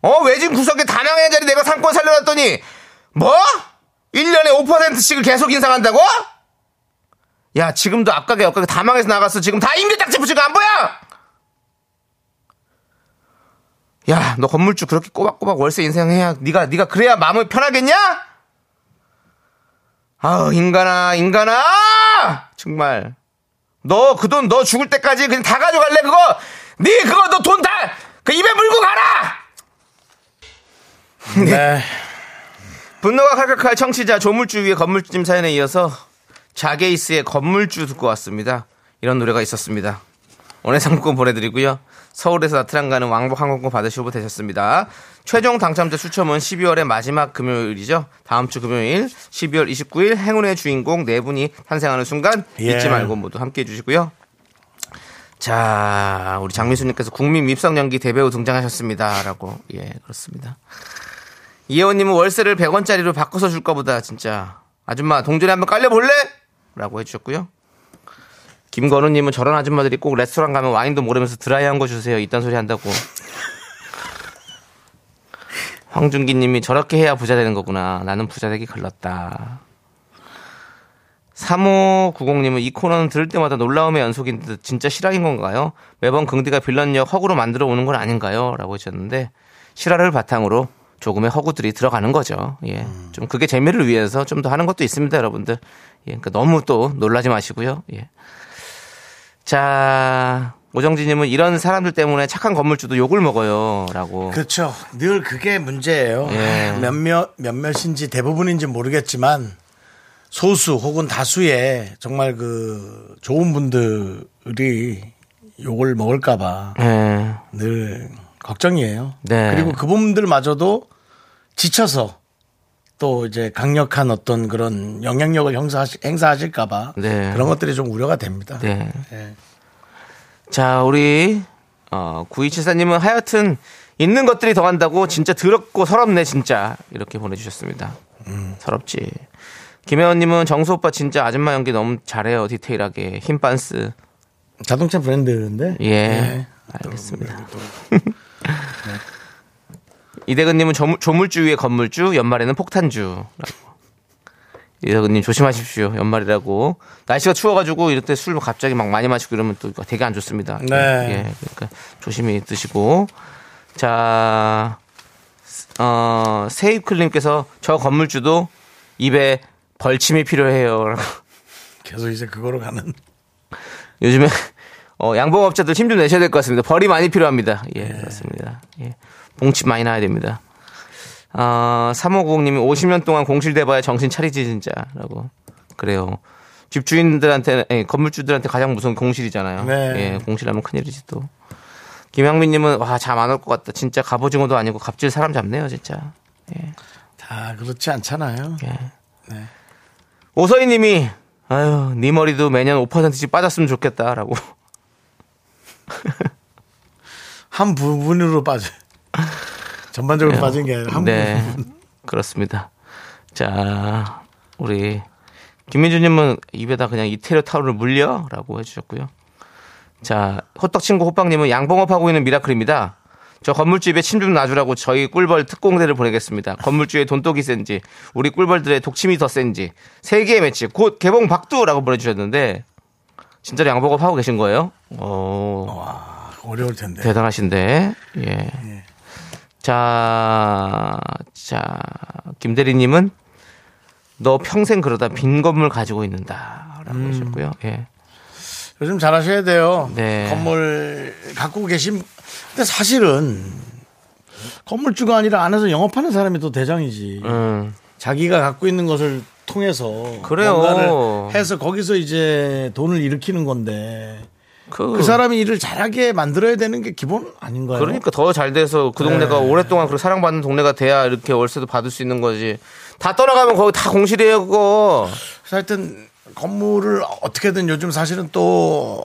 B: 어? 외진 구석에 단양의 자리 내가 상권 살려놨더니, 뭐? 1년에 5%씩을 계속 인상한다고? 야 지금도 앞가게 옆가게 다 망해서 나갔어 지금 다 임대딱지 붙이고 안 보여 야 너 건물주 그렇게 꼬박꼬박 월세 인생해야 네가 네가 그래야 마음이 편하겠냐 아우 인간아 인간아 정말 너 그 돈 너 죽을 때까지 그냥 다 가져갈래 그거 네 그거 너 돈 다 그 입에 물고 가라
A: 네
B: 분노가 칼칼칼 청취자 조물주 위의 건물주님 사연에 이어서 자게이스의 건물주 듣고 왔습니다. 이런 노래가 있었습니다. 원예 상품 보내드리고요. 서울에서 나트랑 가는 왕복 항공권 받으실 분 되셨습니다. 최종 당첨자 추첨은 12월의 마지막 금요일이죠. 다음 주 금요일 12월 29일 행운의 주인공 네 분이 탄생하는 순간
A: 예.
B: 잊지 말고 모두 함께해 주시고요. 자, 우리 장미수님께서 국민 밉상 연기 대배우 등장하셨습니다라고 예 그렇습니다. 이혜원님은 월세를 100원짜리로 바꿔서 줄까 보다 진짜 아줌마 동전에 한번 깔려볼래? 라고 해주셨고요 김건우님은 저런 아줌마들이 꼭 레스토랑 가면 와인도 모르면서 드라이한 거 주세요 이딴 소리 한다고 황준기님이 저렇게 해야 부자 되는 거구나 나는 부자 되기 글렀다 3590님은 이 코너는 들을 때마다 놀라움의 연속인 듯 진짜 실화인 건가요? 매번 긍디가 빌런 역 허구로 만들어 오는 건 아닌가요? 라고 하셨는데 실화를 바탕으로 조금의 허구들이 들어가는 거죠. 예. 좀 그게 재미를 위해서 좀 더 하는 것도 있습니다, 여러분들. 예. 그러니까 너무 또 놀라지 마시고요. 예. 자, 오정진님은 이런 사람들 때문에 착한 건물주도 욕을 먹어요. 라고.
A: 그렇죠. 늘 그게 문제예요.
B: 뭐. 예.
A: 몇몇 몇몇인지 대부분인지 모르겠지만 소수 혹은 다수의 정말 그 좋은 분들이 욕을 먹을까봐
B: 예.
A: 늘 걱정이에요.
B: 네.
A: 그리고 그분들마저도 지쳐서 또 이제 강력한 어떤 그런 영향력을 행사하시, 행사하실까봐
B: 네.
A: 그런 것들이 좀 우려가 됩니다.
B: 네.
A: 예.
B: 자, 우리 어, 9274님은 하여튼 있는 것들이 더한다고 진짜 더럽고 서럽네 진짜 이렇게 보내주셨습니다. 서럽지. 김혜원님은 정수 오빠 진짜 아줌마 연기 너무 잘해요 디테일하게 힘 빤스.
A: 자동차 브랜드인데
B: 예. 알겠습니다. 이대근님은 조물- 조물주 위에 건물주, 연말에는 폭탄주. 이대근님 조심하십시오. 연말이라고 날씨가 추워가지고 이럴 때 술 갑자기 막 많이 마시고 이러면 또 되게 안 좋습니다.
A: 네.
B: 예, 그러니까 조심히 드시고 자. 어, 세입클님께서 저 건물주도 입에 벌침이 필요해요. 라고.
A: 계속 이제 그거로 가는
B: 요즘에 어, 양봉업자들 힘 좀 내셔야 될 것 같습니다. 벌이 많이 필요합니다. 예, 그렇습니다. 예. 봉침 많이 나야 됩니다. 아, 3590님이 50년 동안 공실돼봐야 정신 차리지 진짜라고 그래요. 집주인들한테 아니, 건물주들한테 가장 무서운 공실이잖아요.
A: 네.
B: 예, 공실하면 큰일이지 또. 김양민님은 와 잠 안 올 것 같다. 진짜 갑오징어도 아니고 갑질 사람 잡네요 진짜.
A: 다 그렇지 않잖아요.
B: 예. 오서희 님이, 아유, 네 머리도 매년 5%씩 빠졌으면 좋겠다라고.
A: 한 부분으로 빠져. 전반적으로 빠진 게 아니라 예, 한
B: 네. 그렇습니다. 자, 우리 김민주님은 입에다 그냥 이태리 타올을 물려라고 해주셨고요. 자, 호떡 친구 호빵님은 양봉업 하고 있는 미라클입니다. 저 건물주입에 침 좀 놔주라고 저희 꿀벌 특공대를 보내겠습니다. 건물주의 돈독이 센지, 우리 꿀벌들의 독침이 더 센지, 세계의 매치, 곧 개봉 박두라고 보내주셨는데, 진짜로 양봉업 하고 계신 거예요? 오.
A: 부분 어려울 텐데.
B: 네. 대단하신데. 예. 자, 자, 김대리님은 너 평생 그러다 빈 건물 가지고 있는다. 라고 하셨고요. 예.
A: 요즘 잘하셔야 돼요.
B: 네.
A: 건물 갖고 계신. 근데 사실은 건물주가 아니라 안에서 영업하는 사람이 또 대장이지.
B: 음,
A: 자기가 갖고 있는 것을 통해서
B: 그래요.
A: 뭔가를 해서 거기서 이제 돈을 일으키는 건데
B: 그,
A: 그 사람이 일을 잘하게 만들어야 되는 게 기본 아닌가요?
B: 그러니까 더 잘 돼서 그 동네가 오랫동안 그 사랑받는 동네가 돼야 이렇게 월세도 받을 수 있는 거지. 다 떠나가면 거기 다 공실이에요, 그거.
A: 그래서 하여튼 건물을 어떻게든 요즘 사실은 또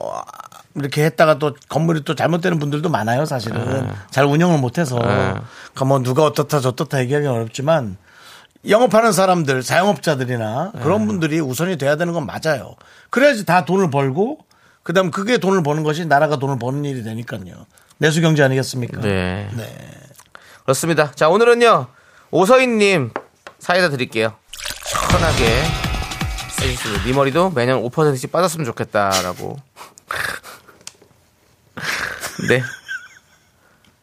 A: 이렇게 했다가 또 건물이 또 잘못되는 분들도 많아요 사실은 잘 운영을 못해서 그러니까 뭐 누가 어떻다 저떻다 얘기하기 는 어렵지만 영업하는 사람들 자영업자들이나 그런 분들이 우선이 돼야 되는 건 맞아요 그래야지 다 돈을 벌고 그다음 그게 돈을 버는 것이 나라가 돈을 버는 일이 되니까요 내수 경제 아니겠습니까?
B: 네.
A: 네.
B: 그렇습니다. 자, 오늘은요. 오서인님 사이다 드릴게요. 시원하게. 쓰시고, 네 머리도 매년 5%씩 빠졌으면 좋겠다라고. 네.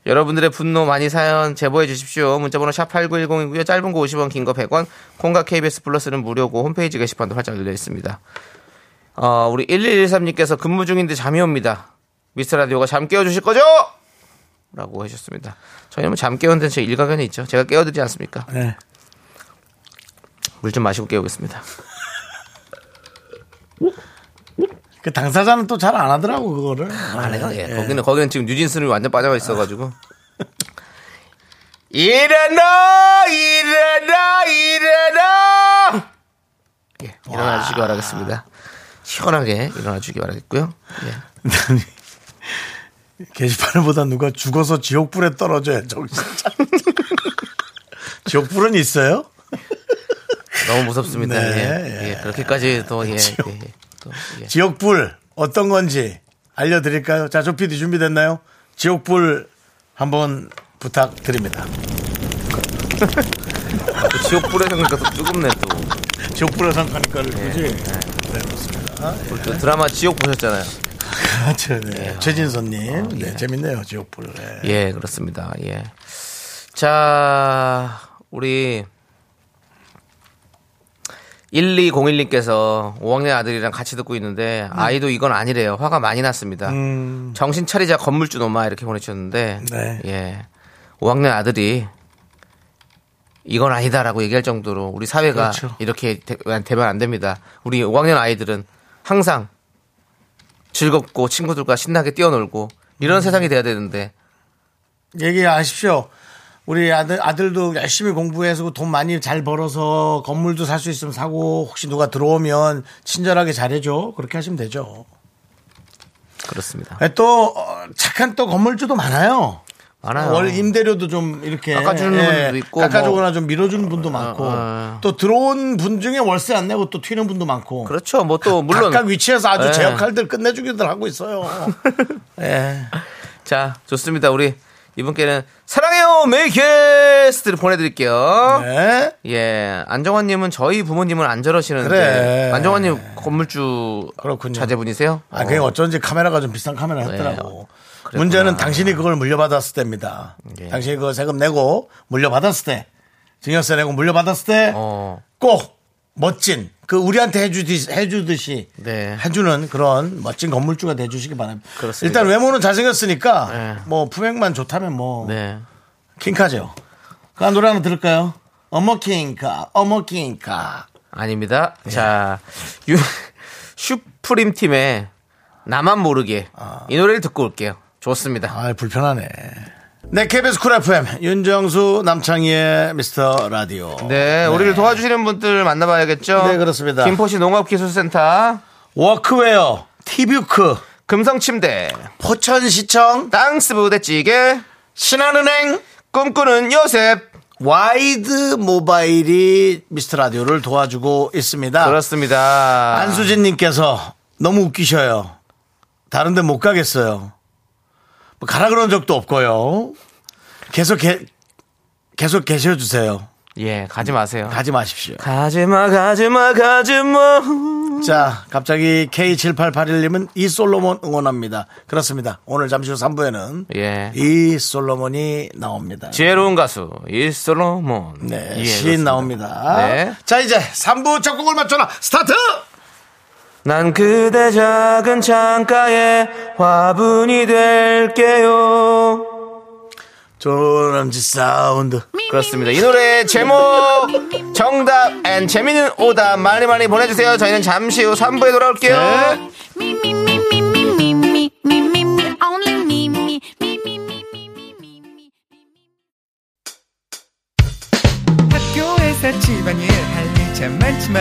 B: 여러분들의 분노 많이 사연 제보해 주십시오. 문자번호 샵 8910이고요. 짧은 거 50원, 긴 거 100원. 콩과 KBS 플러스는 무료고 홈페이지 게시판도 활짝 열려 있습니다. 어, 우리 1113님께서 근무 중인데 잠이 옵니다. 미스터 라디오가 잠 깨워 주실 거죠? 라고 하셨습니다. 저희는 뭐잠 깨우는 데제 일가견이 있죠. 제가 깨워드리지 않습니까?
A: 네.
B: 물 좀 마시고 깨우겠습니다.
A: 그 당사자는 또 잘 안 하더라고 그거를. 네.
B: 안 해요. 예. 거기는 거기는 지금 뉴진스는 완전 빠져가 있어가지고. 일어나 일어나 일어나. 예, 일어나 주시기 바라겠습니다. 시원하게 일어나 주기 바라겠고요. 예.
A: 게시판보다 누가 죽어서 지옥불에 떨어져야 정신 차려. 지옥불은 있어요?
B: 너무 무섭습니다.
A: 네,
B: 예.
A: 예.
B: 예, 그렇게까지 또 예. 예. 또, 예.
A: 지옥불 어떤 건지 알려드릴까요? 자, 조 PD 준비됐나요? 지옥불 한번 부탁드립니다.
B: 또 지옥불에 생각해서 뜨겁네 또.
A: 지옥불에 상관할 거를 굳이.
B: 우리 또 드라마 지옥 보셨잖아요.
A: 아, 저, 네. 최진선님. 네, 재밌네요. 지옥불. 네.
B: 예, 그렇습니다. 예. 자, 우리 1201님께서 5학년 아들이랑 같이 듣고 있는데
A: 음.
B: 아이도 이건 아니래요. 화가 많이 났습니다. 정신 차리자 건물주 놈아 이렇게 보내주셨는데
A: 네.
B: 예. 5학년 아들이 이건 아니다라고 얘기할 정도로 우리 사회가
A: 그렇죠.
B: 이렇게 되, 되면 안 됩니다. 우리 5학년 아이들은 항상 즐겁고 친구들과 신나게 뛰어놀고
A: 음.
B: 이런 세상이 돼야 되는데
A: 얘기하십시오. 우리 아들, 아들도 열심히 공부해서 그 돈 많이 잘 벌어서 건물도 살 수 있으면 사고 혹시 누가 들어오면 친절하게 잘해줘. 그렇게 하시면 되죠.
B: 그렇습니다.
A: 예, 또 어, 착한 또 건물주도 많아요.
B: 많아요.
A: 월 임대료도 좀 이렇게 예,
B: 깎아주는 분도 있고 뭐.
A: 깎아주거나 좀 밀어주는 분도 많고
B: 어.
A: 또 들어온 분 중에 월세 안 내고 또 튀는 분도 많고
B: 그렇죠. 뭐 또 물론
A: 아, 각각 위치에서 아주 제
B: 예.
A: 역할들 끝내주기들 하고 있어요. 예.
B: 자 좋습니다. 우리 이분께는 사랑해요 메이캐스트를 보내드릴게요.
A: 네.
B: 예, 안정환님은 저희 부모님은 안 저러시는데
A: 그래.
B: 안정환님 건물주
A: 그렇군요.
B: 자제분이세요?
A: 아, 그게 어쩐지 카메라가 좀 비싼 카메라 했더라고.
B: 네. 어, 그랬구나.
A: 문제는 당신이 그걸 물려받았을 때입니다.
B: 예.
A: 당신이 그 세금 내고 물려받았을 때, 증여세 내고 물려받았을 때,
B: 어.
A: 꼭 멋진 그 우리한테 해주듯이, 해주듯이
B: 네.
A: 해주는 그런 멋진 건물주가 돼주시기 바랍니다.
B: 그렇습니다.
A: 일단 외모는 잘생겼으니까
B: 네.
A: 뭐 품행만 좋다면 뭐
B: 네.
A: 킹카죠. 그 노래 하나 들을까요? 어머 킹카, 어머 킹카.
B: 아닙니다.
A: 예.
B: 자, 유, 슈프림 팀의 나만 모르게 이 노래를 듣고 올게요. 좋습니다.
A: 아 불편하네. 네, KBS 쿨 FM 윤정수 남창희의 미스터 라디오.
B: 네, 우리를 도와주시는 분들 만나봐야겠죠?
A: 네, 그렇습니다.
B: 김포시 농업기술센터,
A: 워크웨어, 티뷰크,
B: 금성침대,
A: 포천시청,
B: 땅스 부대찌개,
A: 신한은행,
B: 꿈꾸는 요셉.
A: 와이드 모바일이 미스터 라디오를 도와주고 있습니다.
B: 그렇습니다.
A: 아. 안수진님께서 너무 웃기셔요. 다른데 못 가겠어요. 뭐 가라 그런 적도 없고요. 계속 계, 계속 계셔주세요.
B: 예, 가지 마세요.
A: 가지 마십시오.
B: 가지마, 가지마, 가지마.
A: 자, 갑자기 K7881님은 이 솔로몬 응원합니다. 그렇습니다. 오늘 잠시 후 3부에는
B: 예.
A: 이 솔로몬이 나옵니다.
B: 지혜로운 가수, 일솔로몬.
A: 네,
B: 예,
A: 시인
B: 그렇습니다.
A: 나옵니다.
B: 네.
A: 자, 이제 3부 첫 곡을 맞춰라. 스타트!
B: 난 그대 작은 창가에 화분이 될게요.
A: 조남지 사운드.
B: 그렇습니다. 이 노래 제목, 정답, 앤 재미있는 오답 많이 많이 보내주세요. 저희는 잠시 후 3부에 돌아올게요.
A: 네.
F: Me, me, me, me, me, me, me, me, me, me, only me, me, me, me, me, me, me, me, me.
H: 학교에서 집안일 할 일 참 많지만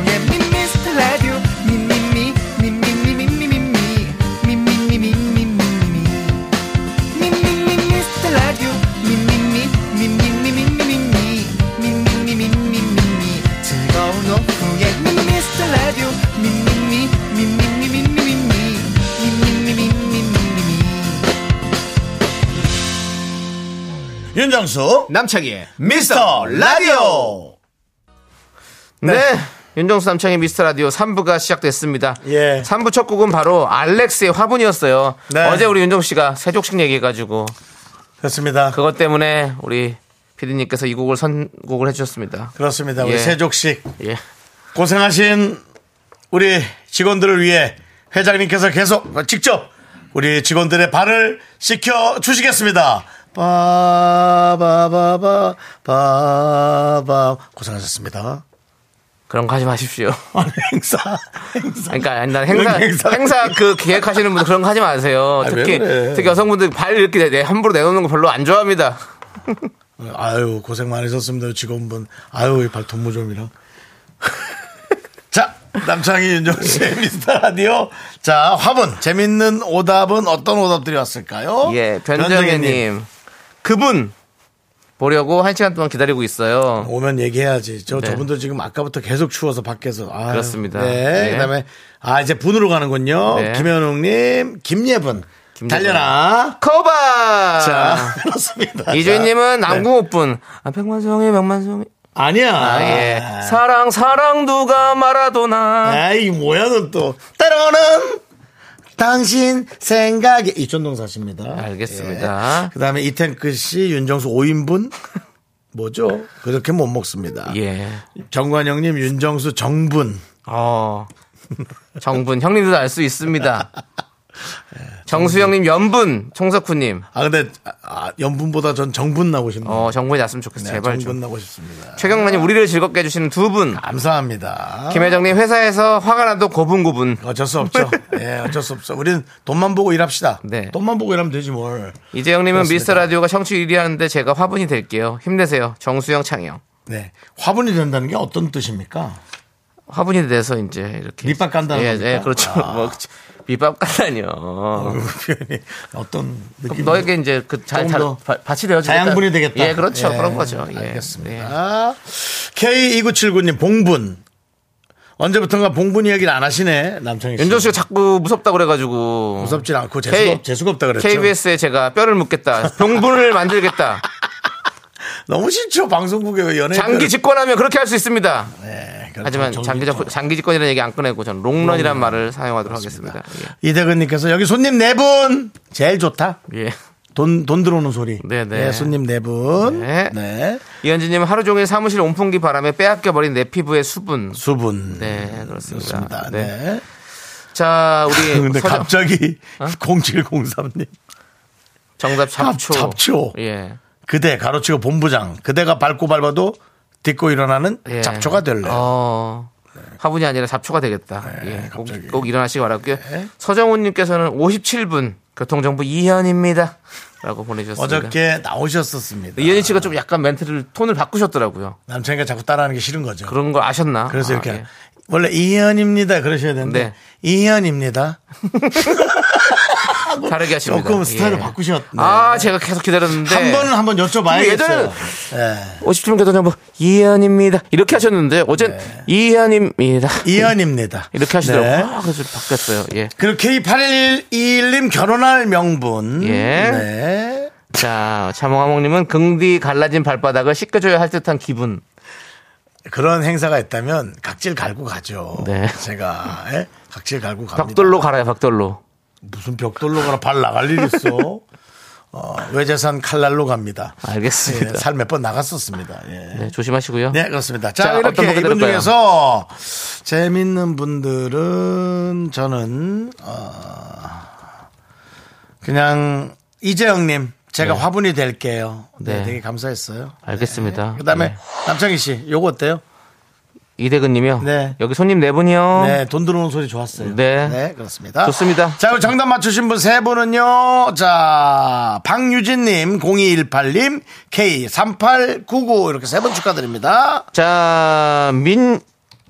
H: 미스터 라디오 미미미 미미미 미미미 미미미 미미미 미미미
A: 윤정수,
B: 남창희의
A: 미스터 라디오!
B: 네. 윤정수 남창의 미스터 라디오 3부가 시작됐습니다.
A: 예.
B: 3부 첫 곡은 바로 알렉스의 화분이었어요.
A: 네.
B: 어제 우리 윤정 씨가 세족식 얘기해가지고
A: 그렇습니다.
B: 그것 때문에 우리 피디님께서 이 곡을 선곡을 해주셨습니다.
A: 그렇습니다. 우리
B: 예.
A: 세족식.
B: 예.
A: 고생하신 우리 직원들을 위해 회장님께서 계속 직접 우리 직원들의 발을 씻겨 주시겠습니다. 바바바바 바바 고생하셨습니다.
B: 그런 거 하지 마십시오.
A: 아니, 행사 행사
B: 그러니까 아니, 난 행사
A: 그런 행사-
B: 행사, 그 계획하시는 분들 그런 거 하지 마세요.
A: 아, 왜
B: 특히
A: 그래?
B: 특히 여성분들 발 이렇게 내 함부로 내놓는 거 별로 안 좋아합니다.
A: 아유 고생 많으셨습니다 직원분 아유 이 발톱 모조미랑 자 남창희 윤정수의 미스터 라디오 자 화분 재밌는 오답은 어떤 오답들이 왔을까요?
B: 예,
A: 어? 변정혜님.
B: 변정혜님 그분 보려고 한 시간 동안 기다리고 있어요.
A: 오면 얘기해야지. 저
B: 네.
A: 저분들 지금 아까부터 계속 추워서 밖에서. 아
B: 그렇습니다.
A: 네.
B: 네.
A: 그다음에 아 이제 분으로 가는군요.
B: 네.
A: 김현웅님, 김예분,
B: 김예분.
A: 달려라.
B: 커버.
A: 자 그렇습니다.
B: 이주인님은
A: 자, 네.
B: 남궁옥분 아 백만송이 백만송이
A: 아니야.
B: 아, 예. 사랑 사랑 누가 말하도나
A: 아이 뭐야 넌또 때로는 당신 생각에 이촌동 사십니다.
B: 알겠습니다.
A: 예. 그다음에 이탱크 씨 윤정수 5인분 뭐죠? 그렇게 못 먹습니다.
B: 예.
A: 정관영님 윤정수 정분
B: 어. 정분 형님도 알 수 있습니다. 정수영님 연분 총석훈님
A: 아 근데 아, 아, 연분보다 전 정분 나고 싶네요.
B: 어 정분이 났으면 좋겠어
A: 네,
B: 제발
A: 정분
B: 좀
A: 나고 싶습니다.
B: 최경만님 우리를 즐겁게 해주시는 두분
A: 감사합니다.
B: 김혜정님 회사에서 화가 나도 고분고분
A: 어쩔 수 없죠. 예, 어쩔 수 없어. 우리는 돈만 보고 일합시다.
B: 네.
A: 돈만 보고 일하면 되지 뭘.
B: 이재영님은
A: 그렇습니다.
B: 미스터 라디오가 청취 1위 하는데 제가 화분이 될게요 힘내세요 정수영 창영
A: 네. 화분이 된다는 게 어떤 뜻입니까?
B: 화분이 돼서 이제 이렇게
A: 밑밥 깐다는
B: 예,
A: 겁니까?
B: 예 그렇죠
A: 아.
B: 뭐 그치. 밑밥 깐다니요
A: 그 표현이 어떤 느낌?
B: 그럼 너에게 이제 그잘
A: 조금 더
B: 밭이 되어
A: 자양분이 되겠다.
B: 예 그렇죠
A: 예,
B: 그런 거죠 예. 예.
A: 알겠습니다. K2979님 봉분. 언제부턴가 봉분 이야기를 안 하시네 남창희 씨. 아,
B: 예. 윤정 씨가 자꾸 무섭다 그래가지고
A: 무섭진 않고 뭐 재수가,
B: K-
A: 없, 재수가 없다 그랬죠.
B: KBS에 제가 뼈를 묻겠다 병분을 만들겠다
A: 너무 싫죠 방송국에 예, 연예.
B: 장기 집권하면 그렇게 할 수 있습니다
A: 아, 그렇죠.
B: 하지만 장기,
A: 적
B: 장기 집권이라는 얘기 안 꺼내고 저는 롱런이란 말을 사용하도록 하겠습니다
A: 이대근님께서 여기 손님 네 분 제일 좋다.
B: 예. 예.
A: 돈, 돈 들어오는 소리.
B: 네네.
A: 예, 손님 네 분. 네.
B: 네. 이현진님 하루 종일 사무실 온풍기 바람에 빼앗겨버린 내 피부의 수분
A: 수분.
B: 네 그렇습니다,
A: 음, 그렇습니다.
B: 네.
A: 네.
B: 자 우리
A: 근데
B: 서정- 어?
A: 갑자기 0703님.
B: 정답 잡초
A: 잡- 잡초.
B: 예
A: 그대 가로치고 본부장. 그대가 밟고 밟아도 딛고 일어나는
B: 예.
A: 잡초가 될래. 요
B: 어, 화분이 아니라 잡초가 되겠다. 예, 꼭,
A: 네, 갑자기. 네.
B: 꼭 일어나시기 바랄게요. 서정훈님께서는 57분 교통정보 이현입니다. 라고 보내주셨습니다.
A: 어저께 나오셨었습니다.
B: 이현희 씨가 좀 약간 멘트를 톤을 바꾸셨더라고요.
A: 남창이가 자꾸 따라하는 게 싫은 거죠. 그
B: 그런 걸 아셨나?
A: 래서
B: 아,
A: 이렇게
B: 예.
A: 원래 이현입니다 그러셔야 되는데
B: 네.
A: 이현입니다.
B: 다르게 하십니다.
A: 조금 스타일을
B: 예.
A: 바꾸셨네.
B: 아, 제가 계속 기다렸는데.
A: 한 번은 한번 여쭤봐야겠어요.
B: 예전에는 57분 교통정보 이현입니다. 이렇게 하셨는데, 어젠 이현입니다.
A: 네. 이현입니다.
B: 이렇게 하시더라고요.
A: 네.
B: 아, 그래서 바뀌었어요. 예.
A: 그리고 K8121님 결혼할 명분.
B: 예.
A: 네.
B: 자, 자몽아몽님은 긍디 갈라진 발바닥을 씻겨줘야 할 듯한 기분.
A: 그런 행사가 있다면 각질 갈고 가죠.
B: 네.
A: 제가 예? 각질 갈고 갑니다.
B: 벽돌로 갈아요, 벽돌로.
A: 무슨 벽돌로 가라 발 나갈 일 있어. 어, 외제산 칼날로 갑니다.
B: 알겠습니다.
A: 예, 살몇 번 나갔었습니다. 예.
B: 네, 조심하시고요.
A: 네, 그렇습니다. 자,
B: 자, 어떤
A: 이렇게
B: 분들
A: 이분
B: 들을까요?
A: 중에서 재밌는 분들은 저는, 어, 그냥 이재영님, 제가 화분이 될게요. 네,
B: 네.
A: 되게 감사했어요.
B: 알겠습니다.
A: 그 다음에
B: 네.
A: 남창희 씨, 요거 어때요?
B: 이대근님이요.
A: 네.
B: 여기 손님 네 분이요.
A: 네, 돈 들어오는 소리 좋았어요.
B: 네.
A: 그렇습니다.
B: 좋습니다.
A: 자, 그럼 정답 맞추신 분 세 분은요. 자, 박유진님, 0218님, K3899 이렇게 세 분 축하드립니다.
B: 자,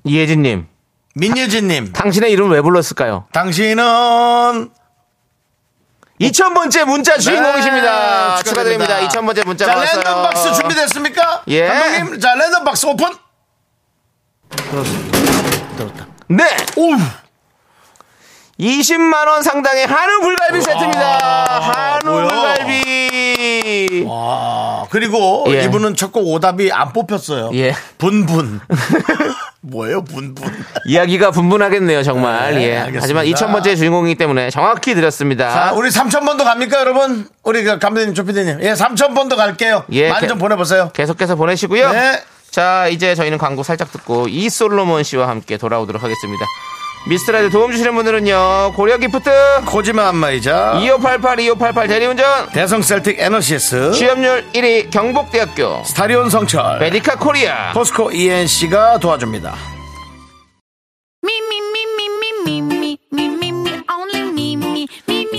B: 민예진님,
A: 민예진님,
B: 당신의 이름 왜 불렀을까요?
A: 당신은
B: 2000번째 문자 주인공이십니다.
A: 네,
B: 축하드립니다. 2000번째 문자
A: 자,
B: 받았어요.
A: 랜덤 박스 준비됐습니까?
B: 예.
A: 감독님, 자, 랜덤 박스 오픈. 들었다.
B: 네. 20만 원 상당의 한우 불갈비 세트입니다. 한우
A: 뭐야?
B: 불갈비.
A: 와, 아, 그리고
B: 예.
A: 이분은 첫 곡 오답이 안 뽑혔어요.
B: 예.
A: 분분. 뭐예요, 분분?
B: 이야기가 분분하겠네요, 정말.
A: 네,
B: 예.
A: 알겠습니다.
B: 하지만 2000번째 주인공이기 때문에 정확히 드렸습니다.
A: 자, 아, 우리 3,000번도 갑니까, 여러분? 우리 그 감독님, 조피디님. 예, 3,000번도 갈게요.
B: 예,
A: 많이
B: 게-
A: 좀 보내보세요.
B: 계속해서 보내시고요.
A: 네.
B: 자, 이제 저희는 광고 살짝 듣고 이솔로몬 씨와 함께 돌아오도록 하겠습니다. 미스터라이드 도움 주시는 분들은요. 고려기프트
A: 코지마 안마이자
B: 2588 2588 대리운전
A: 대성 셀틱 에너시스
B: 취업률 1위 경북대학교
A: 스타리온 성철
B: 메디카 코리아
A: 포스코 ENC가 도와줍니다.
F: Me, me, me, me, me, me, me, me, me, me, only me, me, me, me.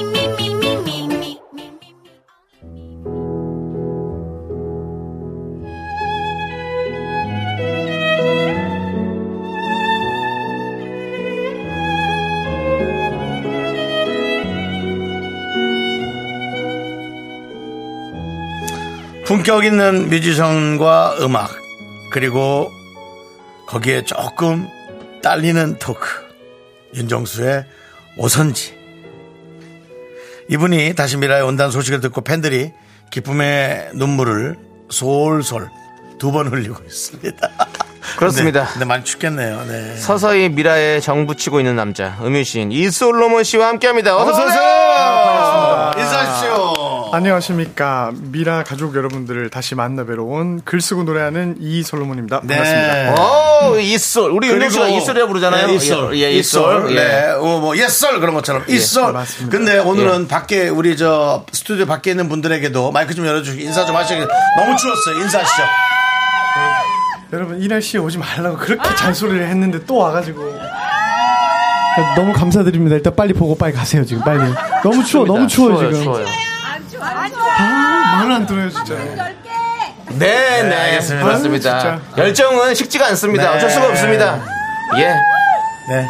F: me, me, me, me, me, me, me.
A: 품격 있는 뮤지션과 음악 그리고 거기에 조금 딸리는 토크 윤정수의 오선지 이분이 다시 미라에 온다는 소식을 듣고 팬들이 기쁨의 눈물을 솔솔 두 번 흘리고 있습니다. 네,
B: 그렇습니다.
A: 근데, 근데 많이 춥겠네요. 네.
B: 서서히 미라에 정붙이고 있는 남자 음유시인 이솔로몬 씨와 함께합니다. 어서 오세요.
A: 아, 인사하시오.
I: 안녕하십니까. 미라 가족 여러분들을 다시 만나뵈러 온 글쓰고 노래하는 이솔로몬입니다.
A: 네.
I: 반갑습니다.
B: 오 이솔 우리 음유 씨가 이솔이라고 부르잖아요.
A: 네, 이솔.
B: 예, 예, 이솔.
A: 이솔.
B: 예.
A: 네. 어, 뭐, 예솔 그런 것처럼. 이솔.
I: 맞습니다.
A: 근데 오늘은 밖에, 우리 저, 스튜디오 밖에 있는 분들에게도 마이크 좀 열어주시고 인사 좀 하시고. 너무 추웠어요. 인사하시죠.
I: 여러분, 이 날씨에 오지 말라고 그렇게 잔소리를 했는데 또 와가지고. 너무 감사드립니다. 일단 빨리 보고 빨리 가세요, 지금. 빨리. 너무 추워, 너무 추워요, 지금.
B: 추워요.
I: 아, 말을 안 들어요, 진짜.
B: 네, 네,
A: 알겠습니다.
B: 그렇습니다.
I: 아, 진짜.
B: 열정은 식지가 않습니다.
A: 네.
B: 어쩔 수가 없습니다. 예,
A: 네.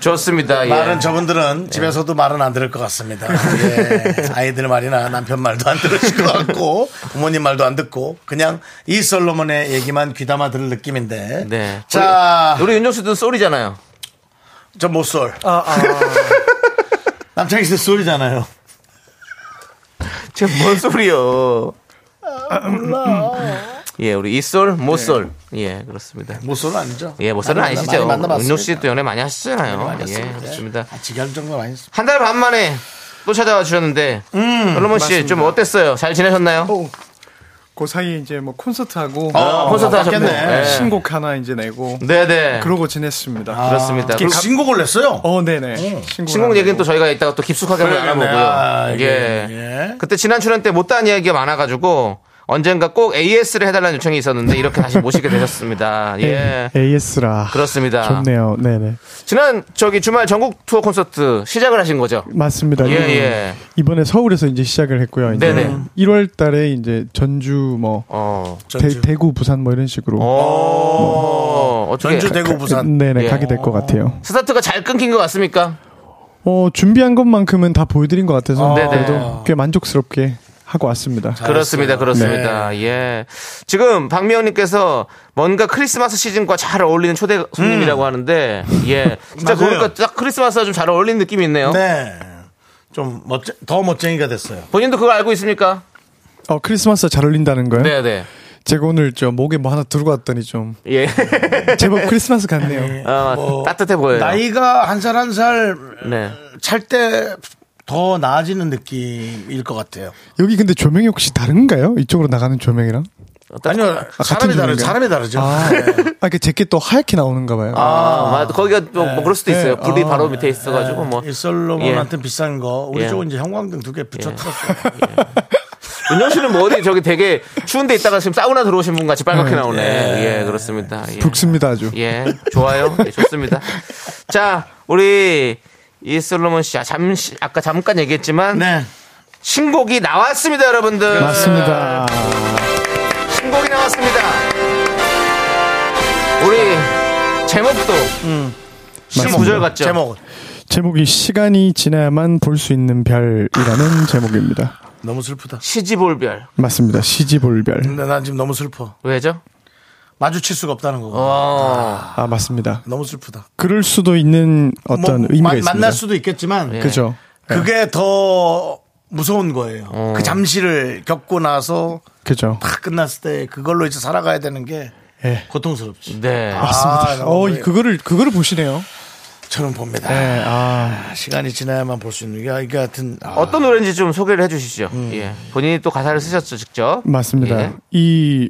B: 좋습니다. 예.
A: 말은 저분들은 집에서도 말은 안 들을 것 같습니다. 예. 아이들 말이나 남편 말도 안 들으실 것 같고, 부모님 말도 안 듣고, 그냥 이솔로몬의 얘기만 귀담아 들을 느낌인데.
B: 네.
A: 자,
B: 우리 윤정수도 솔이잖아요.
A: 저 모쏠. 남창희 씨 소리잖아요. 네.
B: 지금 뭔 소리요?
A: 아,
B: 예, 우리 이솔, 모솔.
A: 네.
B: 예, 그렇습니다.
A: 모쏠은 아니죠?
B: 예, 모솔은
A: 많이
B: 아니시죠.
A: 만나봤습니다.
B: 윤정 씨도 연애 많이 하시잖아요.
A: 많이
B: 예,
A: 했습니다.
B: 그렇습니다.
A: 아, 지겨울 정도는 아니었습니다.
B: 한 달 반 만에 또 찾아와 주셨는데
A: 음,
B: 솔로몬 씨 좀 어땠어요? 잘 지내셨나요?
I: 오. 그 사이에 이제 뭐 콘서트하고 뭐 아,
A: 어,
B: 아, 콘서트 하셨네.
A: 맞겠네.
B: 네.
I: 신곡 하나 이제 내고
B: 네네
I: 그러고 지냈습니다.
B: 그렇습니다.
A: 그
B: 그리고 가-
A: 신곡을 냈어요.
I: 어, 네네. 신곡
B: 음. 신곡 얘기는 또 저희가 이따가 또 깊숙하게 한번
A: 그러겠네.
B: 알아보고요.
A: 아,
B: 예.
A: 예.
B: 그때 지난 출연 때 못다한 이야기가 많아가지고 언젠가 꼭 AS를 해달라는 요청이 있었는데 이렇게 다시 모시게 되셨습니다. 예.
I: AS라.
B: 그렇습니다.
I: 좋네요. 네네.
B: 지난 저기 주말 전국 투어 콘서트 시작을 하신 거죠?
A: 네.
I: 맞습니다.
B: 예,
I: 이번-
B: 예.
I: 이번에 서울에서 이제 시작을 했고요. 이제
B: 네네.
I: 1월 달에 이제 전주 뭐
B: 어.
A: 전주.
I: 대, 구 부산 뭐 이런 식으로
B: 어. 어떻게
A: 전주, 대구, 부산.
I: 네네
B: 어, 예.
I: 가게 될 것 같아요.
B: 스타트가 잘 끊긴 것 같습니까?
I: 어 준비한 것만큼은 다 보여드린 것 같아서
B: 네네.
I: 그래도 꽤 만족스럽게 하고 왔습니다.
B: 그렇습니다, 그렇습니다. 예. 지금 박미영님께서 뭔가 크리스마스 시즌과 잘 어울리는 초대 손님이라고 하는데, 예. 진짜
A: 맞아요.
B: 그러니까 딱 크리스마스와 좀 잘 어울리는 느낌이 있네요.
A: 네. 좀 멋쟁, 더 멋쟁이가 됐어요.
B: 본인도 그거 알고 있습니까?
I: 어 크리스마스 잘 어울린다는 거예요?
B: 네, 네.
I: 제가 오늘 저 목에 뭐 하나 들고 왔더니 좀
B: 예.
I: 제법 크리스마스 같네요.
B: 어,
A: 뭐,
B: 따뜻해 보여요.
A: 나이가 한 살 한 살 찰
B: 네.
A: 때 더 나아지는 느낌일 것 같아요.
I: 여기 근데 조명이 혹시 다른가요? 이쪽으로 나가는 조명이랑?
A: 아니요,
I: 아,
A: 사람이
I: 같은
A: 다르,
I: 종류인가요?
A: 사람이 다르죠. 네.
I: 아, 아, 그 재킷 또 하얗게 나오는가 봐요.
B: 아, 맞- 거기가 또, 뭐 그럴 수도 있어요.
I: 네.
B: 불이
I: 아.
B: 바로 밑에 있어가지고, 뭐.
A: 일설로만한테 비싼 거 우리
B: 예.
A: 쪽은 이제 형광등 두 개 붙여 틀었어요.
B: 은영 씨는 뭐 어디 저기 되게 추운데 있다가 지금 사우나 들어오신 분 같이 빨갛게 나오네. 예, 그렇습니다. 예.
I: 붉습니다 아주.
B: 예, 좋아요. 예, 좋습니다. 자, 우리 이슬로몬 씨, 아, 잠시 아까 잠깐 얘기했지만
A: 네.
B: 신곡이 나왔습니다, 여러분들.
I: 맞습니다.
B: 맞습니다. 우리 제목도
I: 음. 맞습니다.
B: 시구절 같죠?
A: 제목
I: 제목이 시간이 지나야만 볼 수 있는 별이라는 제목입니다.
A: 너무 슬프다.
B: 시지볼별.
I: 맞습니다. 시지볼별.
A: 근데 난 지금 너무 슬퍼.
B: 왜죠?
A: 마주칠 수가 없다는 거고.
B: 어.
I: 아 맞습니다.
A: 너무 슬프다.
I: 그럴 수도 있는 어떤
A: 뭐,
I: 의미가
A: 마-
I: 있습니다. 예.
A: 만날 수도 있겠지만
I: 그죠.
A: 그게 더 무서운 거예요.
I: 어.
A: 그 잠시를 겪고 나서
I: 그죠.
A: 다 끝났을 때 그걸로 이제 살아가야 되는 게
I: 예.
A: 고통스럽지.
B: 네.
I: 맞습니다.
A: 아,
I: 어,
A: 너무
I: 이- 그거를 그거를 보시네요.
A: 저는 봅니다.
I: 예. 아,
A: 시간이 지나야만 볼 수 있는 게 이게 하여튼 아,
B: 어떤 노래인지 좀 소개를 해주시죠.
I: 음.
B: 예. 본인이 또 가사를 쓰셨죠, 직접.
I: 네. 맞습니다.
B: 예.
I: 이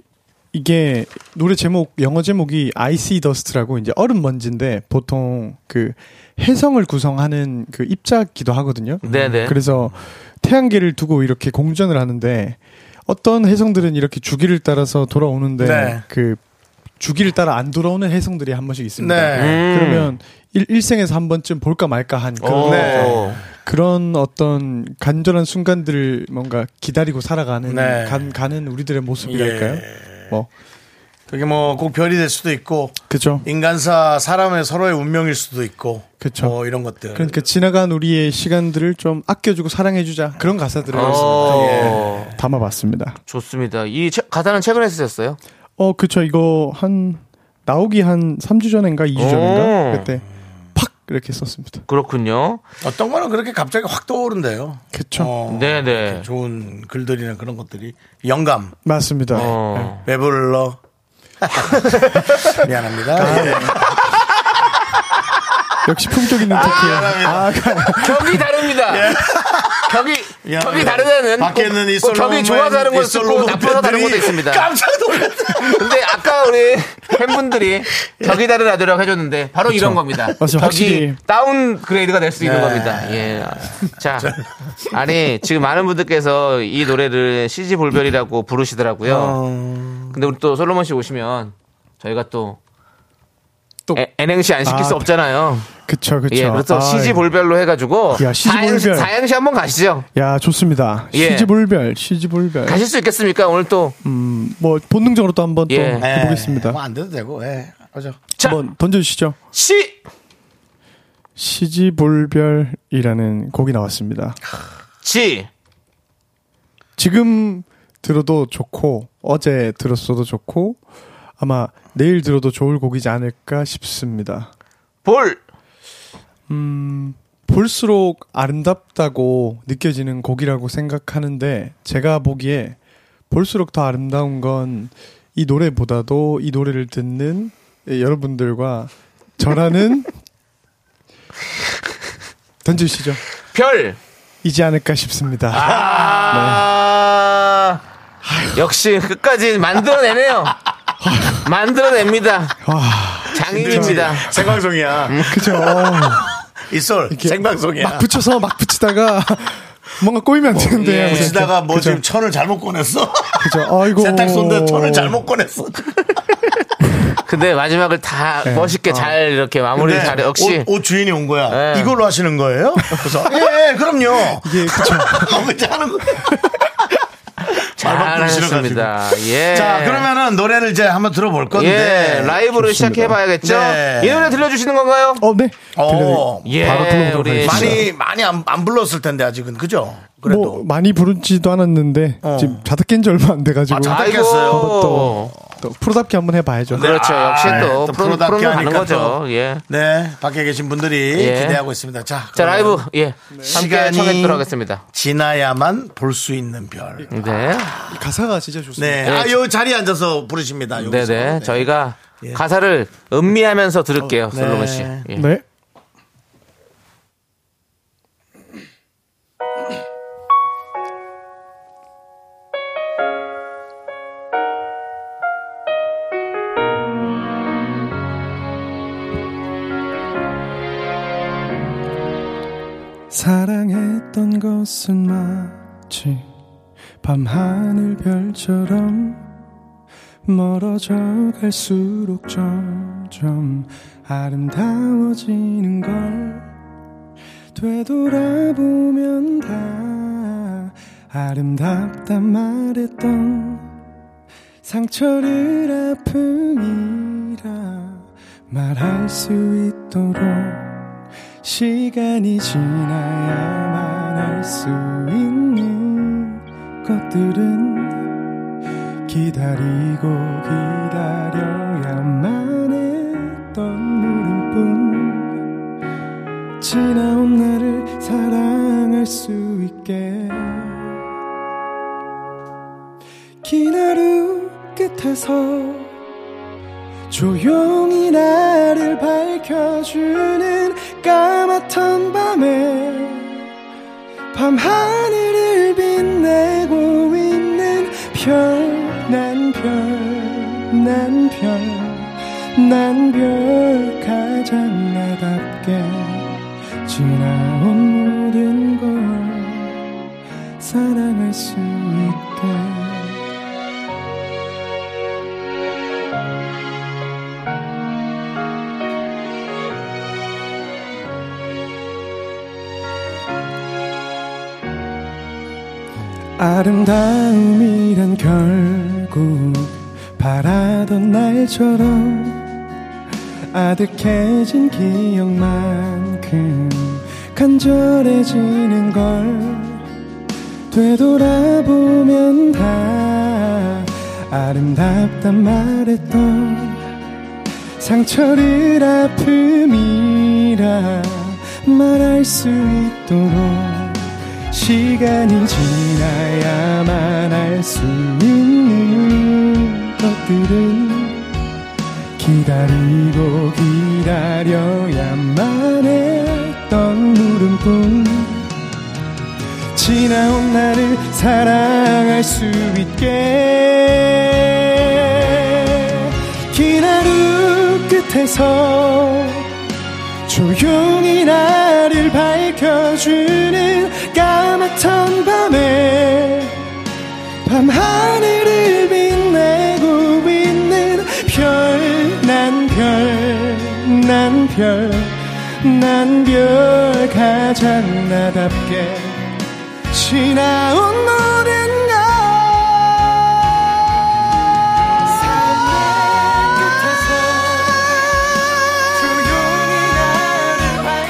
I: 이게 노래 제목 영어 제목이 아이시 더스트라고 이제 얼음 먼지인데 보통 그 해성을 구성하는 그 입자기도 하거든요.
B: 네네.
I: 그래서 태양계를 두고 이렇게 공전을 하는데 어떤 해성들은 이렇게 주기를 따라서 돌아오는데
A: 네.
I: 그 주기를 따라 안 돌아오는 해성들이 한 번씩 있습니다.
A: 네.
B: 음.
I: 그러면 일, 일생에서 한 번쯤 볼까 말까 한
B: 오.
I: 그런, 네. 어. 그런 어떤 간절한 순간들을 뭔가 기다리고 살아가는
A: 네.
I: 간, 가는 우리들의 모습이랄까요? 뭐
A: 예. 그게 뭐 꼭 별이 될 수도 있고
I: 그죠?
A: 인간사 사람의 서로의 운명일 수도 있고
I: 그쵸.
A: 뭐 이런 것들.
I: 그러니까 지나간 우리의 시간들을 좀 아껴주고 사랑해주자 그런 가사들을 예.
B: 어.
I: 네. 담아봤습니다.
B: 좋습니다. 이 채- 가사는 최근에 쓰셨어요?
I: 어, 그쵸. 이거 한, 나오기 한 3주 전인가 2주
B: 오.
I: 전인가? 그때 팍! 이렇게 썼습니다.
B: 그렇군요.
A: 어떤 거는 그렇게 갑자기 확 떠오른대요.
I: 그쵸.
A: 어,
B: 네네.
A: 좋은 글들이나 그런 것들이 영감
I: 맞습니다.
B: 어.
A: 배불러 미안합니다. 예.
I: 역시 품격 있는 터키. 아,
B: 격이 다릅니다. 격이,
A: 예. 미안합니다.
B: 격이 다르다는.
A: 밖에 있는 이
B: 꼭 격이
A: 솔로몬,
B: 좋아서 다른
A: 이
B: 것도 있고,
A: 솔로몬
B: 나빠서 다른 것도
A: 팬들이
B: 있습니다.
A: 깜짝 놀랐다.
B: 근데 아까 우리 팬분들이 격이 다르다라고 해줬는데, 바로 이런 겁니다.
I: 맞아요.
B: 격이
I: 확실히.
B: 다운그레이드가 될 수 있는
A: 어, 네.
B: 겁니다. 예. 자. 아니, 지금 많은 분들께서 이 노래를 CG 볼별이라고
A: 어,
B: 부르시더라고요. 근데 우리 또 솔로몬 씨 오시면 저희가 또,
I: 또.
B: 애- NNC 안 시킬
I: 아,
B: 수 없잖아요.
I: 그쵸, 그쵸.
B: 예, 그래서
I: 아,
B: CG 볼별로 해가지고
I: 야, CG
B: 사행시,
I: 볼별.
B: 사행시 한번 가시죠.
I: 야, 좋습니다.
B: 예.
I: 시지볼별, 시지볼별.
B: 가실 수 있겠습니까? 오늘 또
I: 음, 뭐, 본능적으로 또 한번
B: 예.
I: 또
A: 네.
I: 해보겠습니다.
A: 뭐안 돼도 되고. 예. 하죠.
B: 자.
I: 한번 던져주시죠.
B: 시,
I: 시지볼별이라는 곡이 나왔습니다.
B: 지,
I: 지금 들어도 좋고 어제 들었어도 좋고 아마 내일 들어도 좋을 곡이지 않을까 싶습니다.
B: 볼,
I: 볼수록 아름답다고 느껴지는 곡이라고 생각하는데 제가 보기에 볼수록 더 아름다운 건 이 노래보다도 이 노래를 듣는 예, 여러분들과 저라는 던지시죠.
B: 별.
I: 이지 않을까 싶습니다.
A: 아.
B: 아, 역시 끝까지 만들어내네요. 만들어냅니다.
I: 아,
B: 장인입니다.
A: 생방송이야.
I: 그죠?
A: 음. 이솔
I: 이렇게
A: 생방송이야.
I: 막 붙여서 막 붙이다가 뭔가 꼬이면 안 되는데
B: 예.
I: 아무튼.
A: 시다가 뭐
I: 그죠?
A: 지금 천을 잘못 꺼냈어.
I: 그죠? 아이고.
A: 세탁소인데 천을 잘못 꺼냈어.
B: 근데 마지막을 다
I: 네. 아.
B: 멋있게 잘 이렇게 마무리
A: 근데
B: 잘해. 역시
A: 옷, 옷 주인이 온 거야.
B: 예.
A: 이걸로 하시는 거예요? 그래서 예, 예, 그럼요.
I: 예, 그쵸.
A: 너무 잘하는 거야. 잘 바꾸기
B: 잘하셨습니다. 예.
A: 자, 그러면은 노래를 이제 한번 들어볼 건데.
I: 네.
B: 예, 라이브로 시작해봐야겠죠?
A: 네.
B: 이 노래 들려주시는 건가요?
I: 어, 네.
A: 어,
B: 예,
I: 바로 불러보도록
B: 우리
I: 하겠습니다.
A: 많이 많이 안, 안 불렀을 텐데 아직은 그죠? 그래도
I: 뭐, 많이 부르지도 않았는데,
A: 어.
I: 지금 자다 깬지 얼마 안 돼가지고.
A: 아, 자다 깼어요.
I: 한번
B: 아이고.
I: 또, 또 프로답게 한번 해봐야죠.
A: 네.
B: 그렇죠.
A: 아,
B: 역시 또,
A: 또
B: 프로,
A: 프로답게
B: 프로는 하는
A: 하니까
B: 거죠.
A: 또.
B: 예.
A: 네 밖에 계신 분들이
B: 예.
A: 기대하고 있습니다. 자,
B: 자, 라이브,
A: 그러면
B: 예. 함께
A: 네. 시간이-
B: 청해보도록 하겠습니다.
A: 지나야만 볼 수 있는 별.
B: 네.
I: 이 가사가 진짜 좋습니다.
A: 네,
B: 네.
A: 아, 요 자리에 앉아서 부르십니다. 아, 여기서. 예.
B: 네네. 저희가 가사를 음미하면서 들을게요,
A: 어,
B: 솔로몬 씨. 예.
I: 네. 사랑했던 것은 마치 밤 하늘 별처럼 멀어져 갈수록 점점 아름다워지는 걸 되돌아보면 다 아름답다 말했던 상처를 아픔이라 말할 수 있도록 시간이 지나야만 알 수 있는 것들은 기다리고 기다려야만 했던 물음뿐 지나온 나를 사랑할 수 있게 긴 하루 끝에서 조용히 나를 밝혀주는 까맣던 밤에 밤하늘을 빛내고 있는 별 난 별 난 별 난 별 가장 나답게 지나온 모든 걸 사랑할 수 있게 아름다움이란 결국 바라던 날처럼 아득해진 기억만큼 간절해지는 걸 되돌아보면 다 아름답단 말했던 상처를 아픔이라 말할 수 있도록 시간이 지나야만 알 수 있는 것들은 기다리고 기다려야만 했던 물음뿐 지나온 나를 사랑할 수 있게 긴 하루 끝에서 조용히 나를 밝혀주는 까맣던 밤에 밤하늘을 빛내고 있는 별 난 별, 난 별, 난 별 가장 나답게 지나온 모든 걸 사랑 끝에서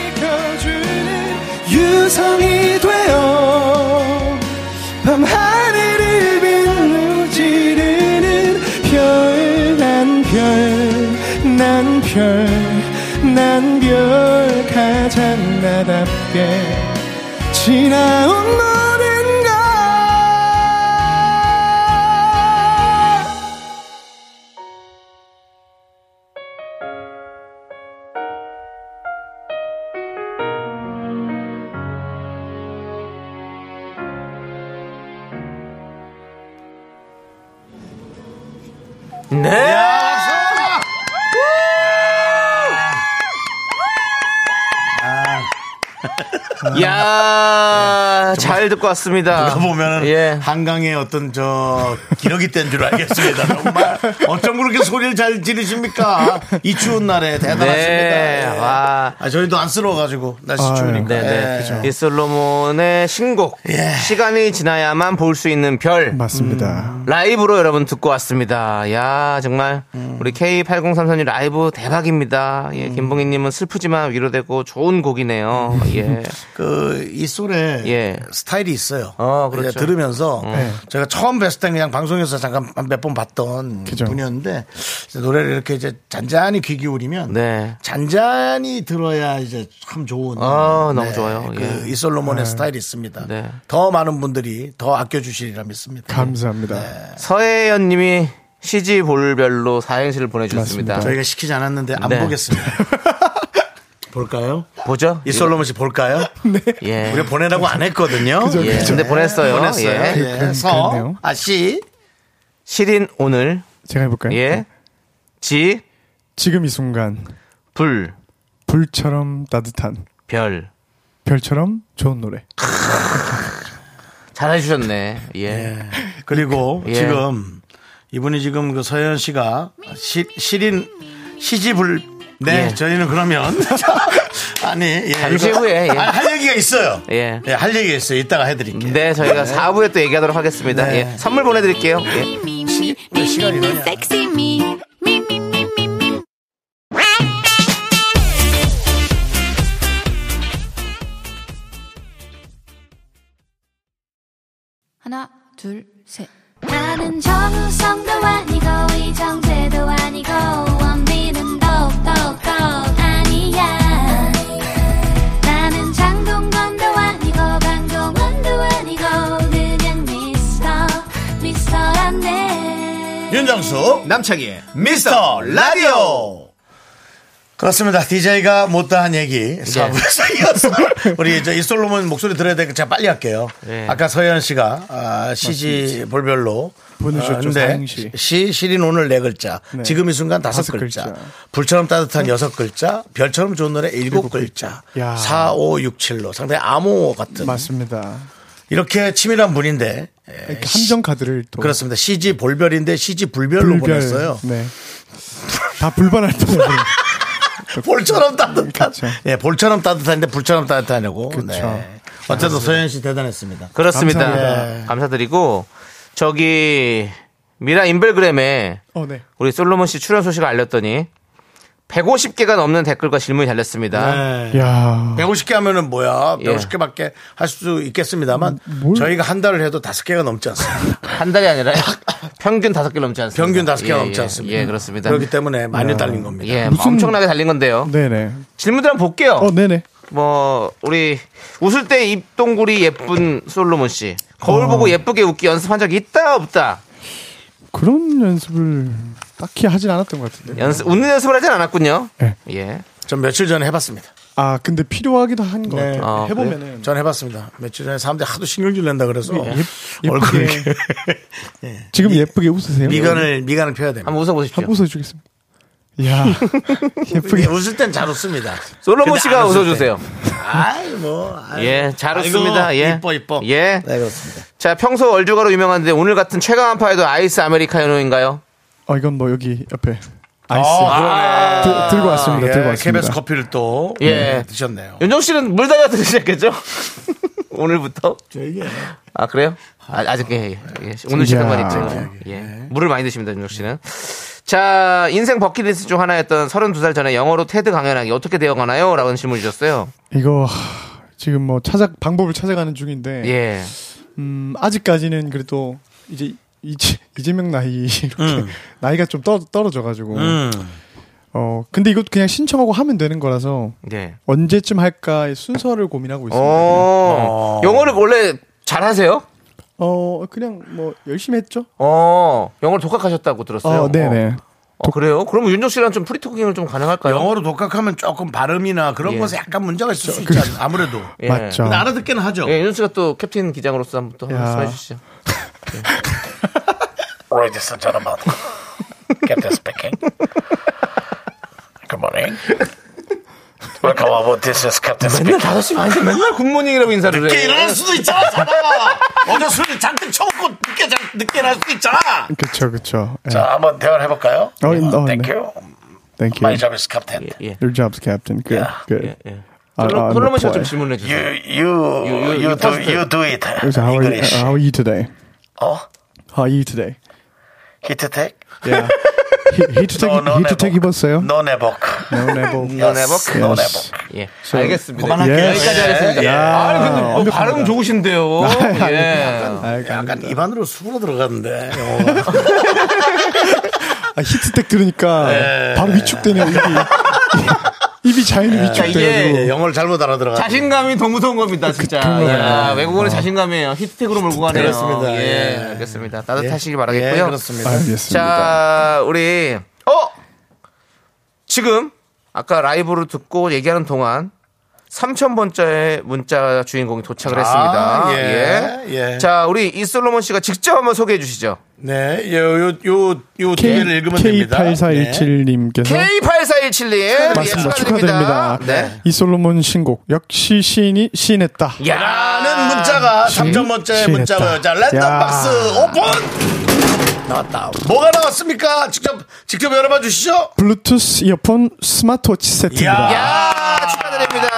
I: 조용히 나를 밝혀주는 유성이 되어 밤하늘을 빛누지르는 별난 별, 난 별, 난 별 가장 나답게 지나온 모든 걸
B: 네. 야, 잘 듣고 왔습니다.
A: 네. 누가 보면은
B: 예.
A: 한강의 어떤 저 기러기 땐 줄 알겠습니다. 정말 어쩜 그렇게 소리를 잘 지르십니까? 이 추운 날에 대단하십니다.
B: 네,
A: 예.
B: 와.
A: 아, 저희도 안쓰러워가지고 날씨
J: 아유,
A: 추우니까. 예.
B: 네네. 이슬로몬의 신곡.
A: 예. 네.
B: 시간이 지나야만 볼 수 있는 별.
J: 맞습니다.
A: 음.
B: 라이브로 여러분 듣고 왔습니다. 야, 정말 우리 K8033님 라이브 대박입니다. 예, 김봉희 님은 슬프지만 위로되고 좋은 곡이네요. 예.
A: 그, 이 솔에
B: 예.
A: 스타일이 있어요.
B: 어, 그렇죠.
A: 이제 들으면서
J: 네.
A: 제가 처음 뵀을 땐 그냥 방송에서 잠깐 몇 번 봤던
J: 그죠.
A: 분이었는데 이제 노래를 이렇게 이제 잔잔히 귀 기울이면
B: 네.
A: 잔잔히 들어야 이제 참 좋은.
B: 아, 너무 좋아요.
A: 그
B: 예.
A: 이솔로몬의 스타일이 있습니다.
B: 네.
A: 더 많은 분들이 더 아껴주시리라 믿습니다.
J: 감사합니다.
A: 네.
B: 서혜연 님이 CG 볼별로 사행시를 보내주셨습니다.
A: 저희가 시키지 않았는데 안
B: 네.
A: 보겠습니다. 볼까요?
B: 보죠?
A: 이솔로몬 씨 볼까요?
B: 예.
A: 우리 보내라고 안 했거든요.
B: 예. 근데 보냈어요.
A: 보냈어요.
B: 예.
A: 예.
J: 그-
A: 서,
J: 그랬네요.
A: 아씨.
B: 시린 오늘,
J: 제가 해볼까요?
B: 예. 지,
J: 지금 이 순간
B: 불,
J: 불처럼 따뜻한
B: 별.
J: 별처럼 좋은 노래.
B: 잘해주셨네. 예.
A: 그리고
B: 예.
A: 지금 이분이 지금 그 서현 씨가 시, 시린 시집을 네
B: 예.
A: 저희는 그러면 아니 예,
B: 잠시
A: 이거-
B: 후에, 예.
A: 아, 할 얘기가 있어요.
B: 예.
A: 네, 할 얘기가 있어요. 이따가 해드릴게요.
B: 네, 저희가 4부에 또 얘기하도록 하겠습니다.
A: 네.
B: 예. 선물 보내드릴게요. 예.
F: me, me, me. me, me, me, me, sexy me. Me, me, me, me, me.
K: 하나, 둘, 셋.
F: 나는 정우성도 아니고 이정재도 아니고 원빈은 더욱더 아니야 나는 장동건도 아니고 강동원도 아니고 그냥 미스터 미스터란데
A: 예, 윤정수
B: 남창희의 미스터 라디오
A: 그렇습니다. DJ가 못다한
I: 네.
A: 얘기 사부에서 이어서 우리 저이 솔로몬 목소리 들어야 되니까 제가 빨리 할게요.
B: 네.
A: 아까 서현 씨가 아, CG 볼별로
I: 보내주셨죠,
A: 어, 근데
I: 사행시.
A: 시 시린 오늘 네 글자.
I: 네.
A: 지금 이 순간 다섯,
I: 다섯
A: 글자.
I: 글자.
A: 불처럼 따뜻한 여섯 글자. 별처럼 좋은 노래 일곱 글자.
I: 야.
A: 4, 5, 6, 7로 상당히 암호 같은
I: 맞습니다.
A: 이렇게 치밀한 분인데 예,
I: 이렇게 함정 카드를 또
A: 그렇습니다. CG 볼별인데 CG 불별로
I: 뭐. 불별.
A: 보냈어요.
I: 네. 다 불발할 때
A: 볼처럼 따뜻한. 예, 볼처럼 따뜻한데 불처럼 따뜻하냐고.
I: 그렇죠.
A: 네. 어쨌든 서현 씨 대단했습니다.
B: 그렇습니다.
I: 감사합니다.
B: 감사드리고 저기 미라 인별그램에
I: 어, 네.
B: 우리 솔로몬 씨 출연 소식을 알렸더니 150개가 넘는 댓글과 질문이
I: 아.
B: 달렸습니다.
A: 네.
I: 야.
A: 150개 하면은 뭐야?
B: 예.
A: 150개밖에 할 수 있겠습니다만
I: 음,
A: 저희가 한 달을 해도 다섯 개가 넘지 않습니다.
B: 한 달이 아니라 평균 다섯 개 넘지 않습니까?
A: 평균 다섯 개가
B: 예,
A: 넘지
B: 예.
A: 않습니다.
B: 예, 그렇습니다.
A: 그렇기 때문에
I: 아.
A: 많이 달린 겁니다.
B: 예,
I: 무슨-
B: 엄청나게 달린 건데요.
I: 네, 네.
B: 질문들 한번 볼게요.
I: 어, 네, 네.
B: 뭐 우리 웃을 때 입동굴이 예쁜 솔로몬 씨 거울
I: 어.
B: 보고 예쁘게 웃기 연습한 적이 있다 없다
I: 그런 연습을 딱히 하진 않았던 것 같은데.
B: 연습 웃는 연습을 하진 않았군요
I: 네.
B: 예
A: 전 며칠 전에 해봤습니다.
I: 아, 근데 필요하기도 한 것
A: 네.
I: 같아요.
B: 아,
I: 해보면은
A: 전 해봤습니다. 며칠 전에 사람들이 하도 신경질 낸다 그래서 얼굴
I: 예. 예쁘게
A: 이렇게
I: 지금 예쁘게 웃으세요.
A: 미간을 미간을 펴야 됩니다.
B: 한번 웃어보십시오
I: 한번 웃어주겠습니다. 야, 예쁘게.
A: 웃을 땐 잘 웃습니다.
B: 솔로몬
A: 근데
B: 씨가
A: 안 웃을
B: 웃어주세요
A: 때. 아이 뭐. 아이.
B: 예 잘
A: 아이고,
B: 웃습니다 예
A: 이뻐 이뻐.
B: 예.
A: 네 그렇습니다.
B: 자 평소 얼주가로 유명한데 오늘 같은 최강한파에도 아이스 아메리카노인가요
I: 어, 이건 뭐 여기 옆에 아이스
A: 아,
I: 들- 들고 왔습니다. 들고
A: 예,
I: 왔습니다.
A: KBS 커피를 또
B: 예.
A: 네, 드셨네요.
B: 윤정 씨는 물 다이어트 드셨겠죠 오늘부터
A: 저에게
B: 아 그래요? 아, 아직 예, 예, 예. 오늘 시간만
A: 아, 네,
B: 있죠. 예. 물을 많이 드십니다, 윤정 씨는. 자, 인생 버킷리스트 중 하나였던 32살 전에 영어로 테드 강연하기 어떻게 되어가나요? 라는 질문 주셨어요.
I: 이거 하, 지금 뭐 찾아 방법을 찾아가는
A: 네.
I: 중인데
B: 예.
I: 음, 아직까지는 그래도 이제 이재, 이재명 나이 이렇게 나이가 좀 떨, 어져 가지고
A: 음.
I: 어 근데 이것도 그냥 신청하고 하면 되는 거라서
B: 예.
I: 언제쯤 할까 순서를 고민하고
B: 오.
I: 있습니다.
B: 어. 영어를 원래 잘 하세요?
I: 어 그냥 뭐 열심히 했죠.
B: 어. 영어를 독학하셨다고 들었어요.
I: 어 네네.
B: 어, 그래요? 그러면 윤정 씨랑 좀 프리토킹을 좀 가능할까요?
A: 영어로 독학하면 조금 발음이나 그런
B: 예.
A: 것에 약간 문제가 있을 수 있지 않나 아무래도.
B: 예.
I: 맞죠.
A: 근데 알아듣기는 하죠.
B: 예, 윤정 씨가 또 캡틴 기장으로서 한번 또
I: 야.
B: 말씀해 주시죠.
G: Ladies and gentlemen, Captain speaking. Good morning. Welcome aboard. This is Captain
B: 맨날
G: speaking.
B: 5시 반에 맨날 굿모닝이라고 인사를
A: 늦게
B: 해.
A: 예, 일어날 수도 있잖아, 자다가. 어제 술을 잔뜩 쳐먹고 늦게, 자, 늦게 일어날 수도 있잖아.
I: 그쵸 그쵸. 예.
G: 자, 한번 대화를 해볼까요?
A: 예,
I: 어, 어, 네.
G: Thank you.
I: Thank
G: My
I: you.
G: job is Captain.
B: 예. 예.
I: Your job's captain. Good.
G: Yeah.
I: Good.
B: 예.
I: 아, 아,
B: 솔로몬 씨가
I: 뭐,
B: 좀 질문해 주세요.
G: You, you,
B: You- you-
G: you,
B: you
G: do,
B: first.
G: you do it.
I: 그래서 아, how are you,
G: English.
I: how are you today?
G: 어?
I: How are you today?
G: 히트 택?
I: Yeah. 히트텍
G: No, no,
I: 히트텍
G: never.
I: 입었어요?
G: No, never.
I: No, never.
B: No, never.
G: No,
I: Yes.
G: never.
B: 예. 알겠습니다.
A: 그만할게요.
I: 예.
B: 여기까지 하겠습니다. 아니 근데 뭐 발음 좋으신데요. 예.
I: 아,
A: 약간 입안으로 술어 들어갔는데. 영어가.
I: 아, 히트텍 들으니까 바로 위축되네요. 입이 입이 자연히 위축돼가지고
A: 예, 영어를 잘못 알아들어가.
B: 자신감이 더 무서운 겁니다, 진짜. 야, 외국어는 자신감이에요. 히트텍으로 몰고 가네요.
A: 그렇습니다.
B: 예,
A: 예.
B: 알겠습니다.
A: 예.
B: 따뜻하시길
A: 예,
B: 바라겠고요.
A: 그렇습니다.
I: 알겠습니다.
B: 자, 우리 어 지금 아까 라이브로 듣고 얘기하는 동안 3,000번째 문자 주인공이 도착을 했습니다.
A: 아, 예, 예.
B: 자, 우리 이솔로몬 씨가 직접 한번 소개해 주시죠.
A: 네, 요, 요, 요, 요 두 개를 읽으면 됩니다. 네.
I: K8417님께서
B: K8417님.
I: 맞습니다.
B: 예,
I: 축하드립니다.
B: 네.
I: 이 솔로몬 신곡 역시 시인이 시인했다.
B: 야,
A: 네. 라는 문자가
I: 신-
A: 3점번째
I: 신했다.
A: 문자고요. 자, 랜덤박스
I: 야.
A: 오픈! 나왔다. 뭐가 나왔습니까? 직접, 직접 열어봐 주시죠.
I: 블루투스 이어폰 스마트워치 세트입니다.
A: 야.
B: 야, 아, 축하드립니다.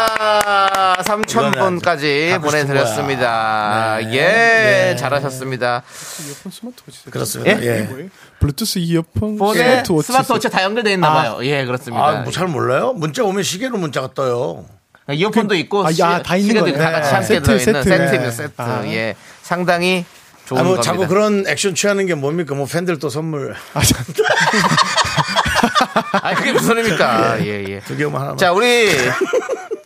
B: 자, 3,000번까지
A: 갖고 싶은
B: 보내드렸습니다.
A: 거야.
B: 예,
A: 네.
B: 잘하셨습니다.
I: 이어폰 스마트워치 세트.
A: 그렇습니다.
B: 네,
A: 예?
I: 뭐예요? 네. 블루투스 뭐 이어폰
B: 폰에
I: 스마트워치.
B: 스마트워치 다 연결돼 있나 봐요. 예, 그렇습니다.
A: 아, 뭐잘 몰라요? 문자 오면 시계로 문자가 떠요.
B: 예. 이어폰도 있고
I: 아,
B: 시,
I: 야, 다 있는
B: 시계도
I: 거네.
B: 다 같이
I: 네.
B: 함께
I: 세트,
B: 들어있는
I: 세트.
B: 세트입니다.
I: 네.
B: 세트.
I: 아.
B: 예, 상당히 좋은
A: 아, 뭐
B: 겁니다.
A: 자꾸 그런 액션 취하는 게 뭡니까? 뭐 팬들 또 선물.
B: 아, 그게 무슨
I: 네.
B: 소리입니까? 예, 예.
A: 두 개만 하나.
B: 자, 우리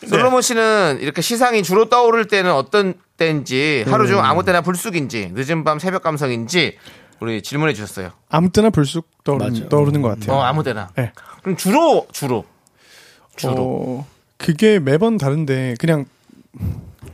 B: 솔로몬 씨는 이렇게 시상이 주로 떠오를 때는 어떤 때인지
I: 음.
B: 하루 중 아무 때나 불쑥인지 늦은 밤 새벽 감성인지 우리 질문해 주셨어요.
I: 아무 때나 불쑥 떠오르는, 떠오르는 것 같아요.
B: 어, 아무 때나.
I: 네.
B: 그럼 주로 주로 주로
I: 어, 그게 매번 다른데 그냥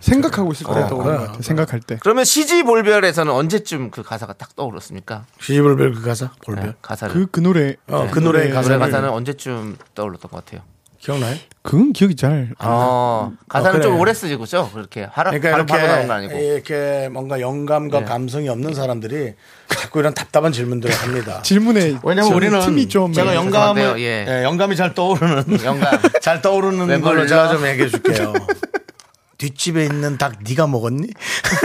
I: 생각하고 있을 때 떠오르는 것 같아요. 생각할 때.
B: 그러면 시지 볼별에서는 언제쯤 그 가사가 딱 떠올랐습니까?
A: 시집을별 그 가사? 볼별.
B: 네, 가사를
I: 그, 그 노래. 네.
A: 어, 그 노래의 가사를.
B: 가사는 언제쯤 떠올랐던 것 같아요.
A: 기억나요?
I: 그건 기억이 잘.
A: 아.
B: 어, 가사는
A: 그래.
B: 좀 오래 쓰지 그죠? 그렇게 하라
A: 그러니까
B: 바로 바로 나온
A: 이렇게,
B: 거 아니고.
A: 이렇게 뭔가 영감과
B: 네.
A: 감성이 없는 사람들이 자꾸 이런 답답한 질문들을 합니다.
I: 질문에
A: 왜냐면
I: 저는
A: 우리는
I: 틈이 그렇죠. 좀
A: 제가
I: 있어서.
A: 영감을
B: 그런데요, 예.
A: 예, 영감이 잘 떠오르는
B: 영감.
A: 잘 떠오르는
B: 웬걸로?
A: 걸로 제가 좀 얘기해 줄게요. 뒷집에 있는 닭 네가 먹었니?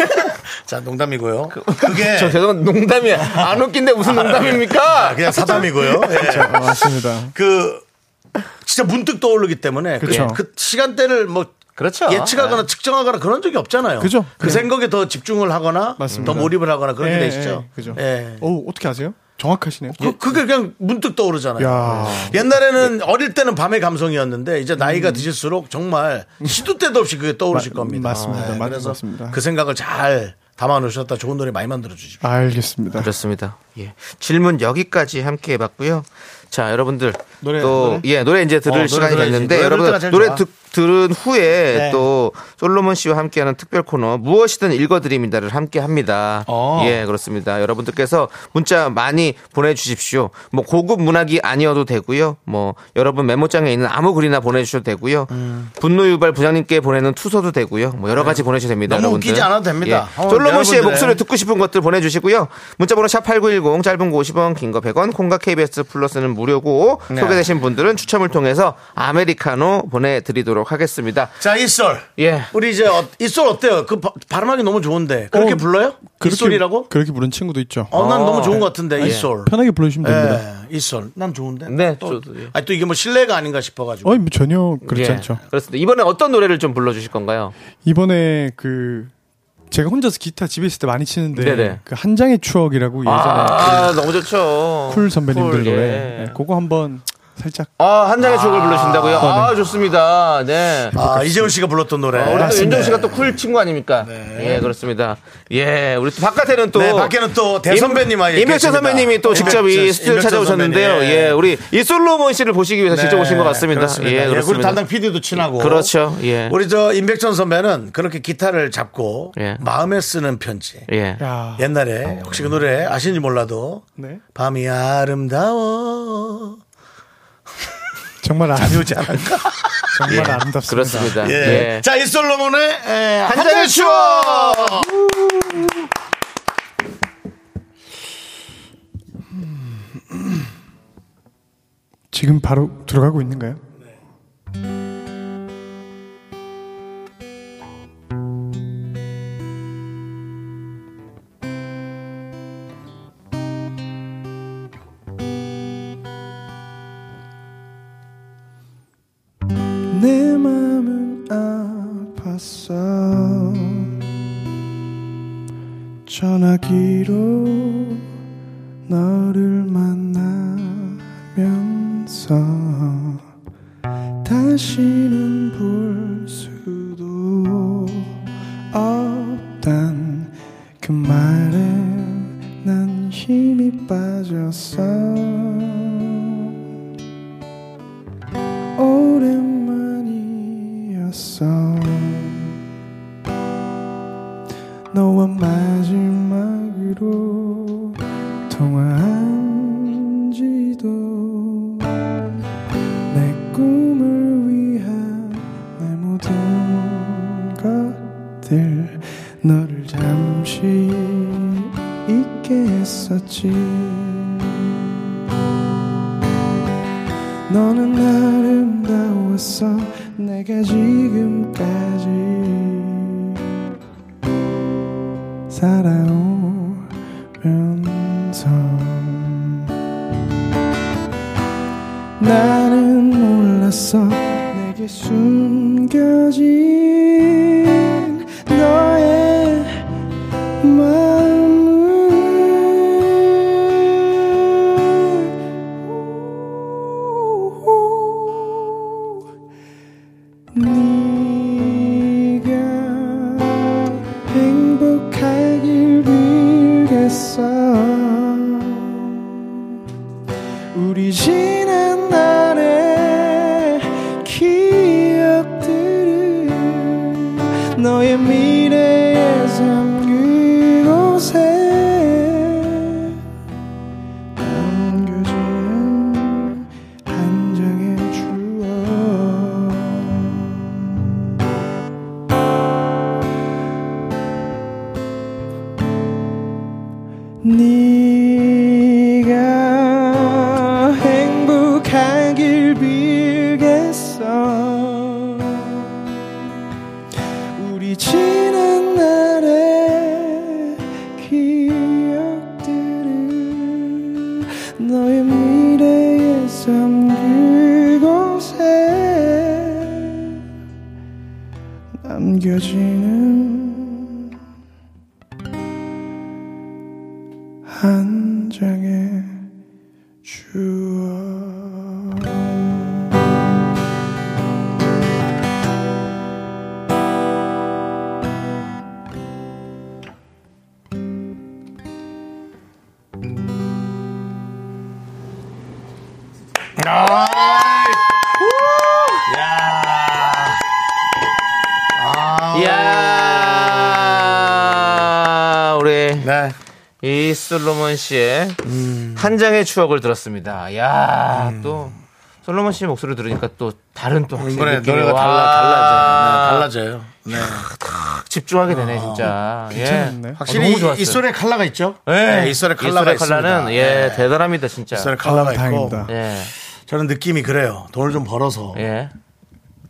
A: 자 농담이고요. 그게
B: 저 죄송한 농담이 안 웃긴데 무슨
A: 아,
B: 농담입니까?
A: 그냥 사담이고요. 예.
I: 아, 맞습니다.
A: 그 진짜 문득 떠오르기 때문에 그
I: 그쵸.
A: 그 시간대를 뭐
B: 그렇죠.
A: 예측하거나 측정하거나 그런 적이 없잖아요.
I: 그죠.
A: 그
I: 네.
A: 생각에 더 집중을 하거나
I: 맞습니다.
A: 더 몰입을 하거나 그런 게
I: 예,
A: 되시죠.
I: 예, 그죠.
A: 예.
I: 오, 어떻게 아세요? 정확하시네요.
A: 그, 그게 그냥 문득 떠오르잖아요.
I: 예.
A: 예.
I: 야.
A: 옛날에는 어릴 때는 밤의 감성이었는데 이제 나이가 드실수록 정말 시도 때도 없이 그게
I: 음.
A: 떠오르실
I: 마-
A: 겁니다. 네,
I: 맞습니다. 맞-
A: 그래서
I: 맞습니다.
A: 그 생각을 잘 담아 놓으셨다. 좋은 노래 많이 만들어 주십시오.
I: 아,
A: 아.
I: 알겠습니다.
B: 그렇습니다. 예. 질문 여기까지 함께 해봤고요. 자, 여러분들.
I: 노래,
B: 또,
I: 노래?
B: 예, 노래 이제 들을
A: 노래
B: 시간이
A: 들어야지.
B: 됐는데,
A: 노래 들을 때가
B: 여러분
A: 제일
B: 노래
A: 좋아.
B: 듣, 들은 후에
A: 네.
B: 또 솔로몬 씨와 함께하는 특별 코너 무엇이든 읽어드립니다를 함께 합니다.
A: 어.
B: 예, 그렇습니다. 여러분들께서 문자 많이 보내주십시오. 뭐 고급 문학이 아니어도 되고요. 뭐 여러분 메모장에 있는 아무 글이나 보내주셔도 되고요.
A: 음.
B: 분노 유발 부장님께 보내는 투서도 되고요. 뭐
A: 네.
B: 여러 가지 보내주셔도 됩니다.
A: 너무
B: 여러분들.
A: 웃기지 않아도 됩니다. 어,
B: 솔로몬 씨의
A: 여러분들의-
B: 목소리 듣고 싶은 것들 보내주시고요. 문자번호 샵 8910 짧은 거 50원, 긴 거 100원, 콩과 KBS 플러스는 무료고
A: 네.
B: 소개되신 분들은 추첨을 통해서 아메리카노 보내드리도록 하겠습니다.
A: 자, 이솔.
B: 예.
A: 우리 이제 어, 이솔 어때요? 그 바- 발음하기 너무 좋은데. 그렇게
I: 어,
A: 불러요?
I: 그렇게-
A: 이솔이라고?
I: 그렇게 부른 친구도 있죠.
A: 어, 난 너무 좋은 것 같은데. 이솔.
I: 편하게 부르시면 됩니다.
A: 예, 이솔. 난 좋은데.
B: 네,
A: 또,
B: 저도, 예.
A: 아니, 또 이게 뭐 실례가 아닌가 싶어가지고.
I: 어이, 뭐 전혀 그렇지
B: 예,
I: 않죠.
B: 그렇습니다. 이번에 어떤 노래를 좀 불러주실 건가요?
I: 이번에 그 제가 혼자서 기타 집에 있을 때 많이 치는데
B: 네네.
I: 그 한 장의 추억이라고 예전에
B: 아, 너무 좋죠.
I: 쿨 선배님들
B: 쿨, 예.
I: 노래 네, 그거 한번 살짝
B: 아, 한 장의 추억을 부르신다고요? 아, 좋습니다. 네.
A: 아, 이재훈 씨가 불렀던 노래.
B: 아, 우리 또
A: 맞습니다.
B: 윤정 씨가 또 쿨 친구 아닙니까?
I: 네.
B: 예, 그렇습니다. 예, 우리 또 바깥에는 또
A: 네, 밖에는 또 대선배님 아예
B: 임백천
A: 계십니다.
B: 선배님이 또 직접
A: 임백천-
B: 이 스튜디오
A: 임백천
B: 찾아오셨는데요.
A: 선배님, 네,
B: 예. 우리 이 솔로몬 씨를 보시기 위해서 직접 오신 것 같습니다.
A: 그렇습니다.
B: 예,
A: 예, 그리고
B: 그렇습니다.
A: 담당 PD도 친하고.
B: 그렇죠. 예.
A: 우리 저 임백천 선배는 그렇게 기타를 잡고
B: 예.
A: 마음에 쓰는 편지.
B: 예.
I: 야.
A: 옛날에 혹시 그 노래 아시는지 몰라도
I: 네.
A: 밤이 아름다워.
I: 정말 아,
A: 배우지 않을까?
I: 정말 아름답습니다.
B: 예. 그렇습니다.
A: 예.
B: 예.
A: 자, 이솔로몬의 에, 한
B: 장의
A: 장의 추억!
I: 지금 바로 들어가고 있는가요? 내 마음은 아팠어 전화기로 너를 만나면서 다시는 볼 수도 없단 그 말에 난 힘이 빠졌어 오랜만이었어 너와 마지막으로 통화한 지도 내 꿈을 위한 내 모든 것들 너를 잠시 잊게 했었지 너는 아름다웠어
H: 내가 지금까지 살아오면서 나는 몰랐어 내게 숨겨진 너의 마음을 네가 행복하길 빌겠어 우리 지난 날의 기억들을 너의 미래에 잠그곳에 남겨진 한 장의 추억 네가 행복하길 빌겠어 우리 지난 날의 기억들을 너의 미래에 삼길 곳에 남겨지는 한 장의 추억
B: 이야, 우리
A: 네.
B: 이 솔로몬 씨의 한 장의 추억을 들었습니다. 야,
A: 음.
B: 또 솔로몬 씨 목소리 들으니까 또 다른 또 확실히
A: 노래,
B: 느낌이
A: 노래가
B: 와. 아.
A: 달라, 달라져요. 네, 달라져요. 네.
B: 탁 집중하게 되네, 진짜. 예.
A: 아, 확실히
B: 너무 좋았어요.
A: 이 소리에 칼라가 있죠?
B: 예.
A: 네, 이 소리에 칼라가
B: 는
A: 있습니다.
B: 예,
A: 네.
B: 대단합니다, 진짜.
A: 이 소리에
I: 아,
A: 칼라가 있고.
B: 예.
A: 저는 느낌이 그래요. 돈을 좀 벌어서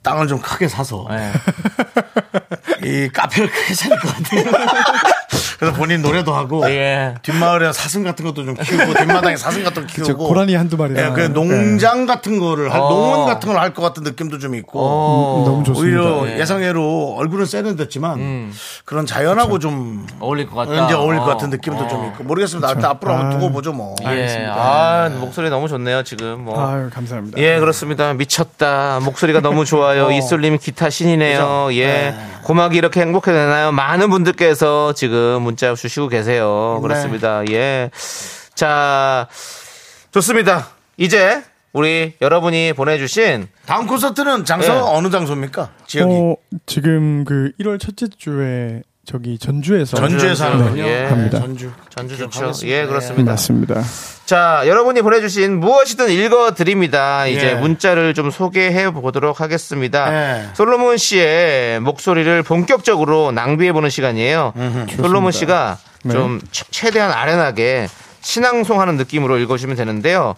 A: 땅을 좀 크게 사서
B: 예.
A: 이 카페를 크게 살것 같아요. 그래서 본인 노래도 하고 뒷마을에 사슴 같은 것도 좀 키우고 뒷마당에 사슴 같은 거
I: 그쵸,
A: 키우고
I: 고라니 네. 한두 마리.
A: 예, 그 농장 같은 거를 할,
I: 어.
A: 농원 같은 걸 할 것 같은 느낌도 좀 있고
I: 음, 음, 너무 좋습니다.
A: 오히려
I: 예.
A: 예상외로 얼굴은 세련됐지만 그런 자연하고 좀
B: 어울릴 것 같다.
A: 이제 어울릴 것 같은
B: 어.
A: 느낌도
B: 어.
A: 좀 있고 모르겠습니다. 일단 앞으로 한번 두고 보죠 뭐.
B: 예. 아, 목소리 너무 좋네요, 지금. 뭐.
I: 아유, 감사합니다.
B: 예, 그렇습니다. 미쳤다. 목소리가 너무 좋아요.
I: 어.
B: 이솔님 기타 신이네요. 예. 고막이 이렇게 행복해 되나요? 많은 분들께서 지금 문자 주시고 계세요.
I: 네.
B: 그렇습니다. 예. 자, 좋습니다. 이제 우리 여러분이 보내주신
A: 다음 콘서트는 장소
B: 예.
A: 어느 장소입니까?
I: 어, 지금 그 1월 첫째 주에 저기 전주에서
B: 전주에서
I: 네,
B: 하는군요. 예,
I: 합니다.
B: 전주. 전주 좋죠. 예, 그렇습니다.
I: 음, 맞습니다.
B: 자, 여러분이 보내주신 무엇이든 읽어드립니다. 이제
I: 예.
B: 문자를 좀 소개해 보도록 하겠습니다.
A: 예.
B: 솔로몬 씨의 목소리를 본격적으로 낭비해 보는 시간이에요.
I: 좋습니다.
B: 솔로몬 씨가
I: 네.
B: 좀 최- 최대한 아련하게 신앙송하는 느낌으로 읽어주시면 되는데요.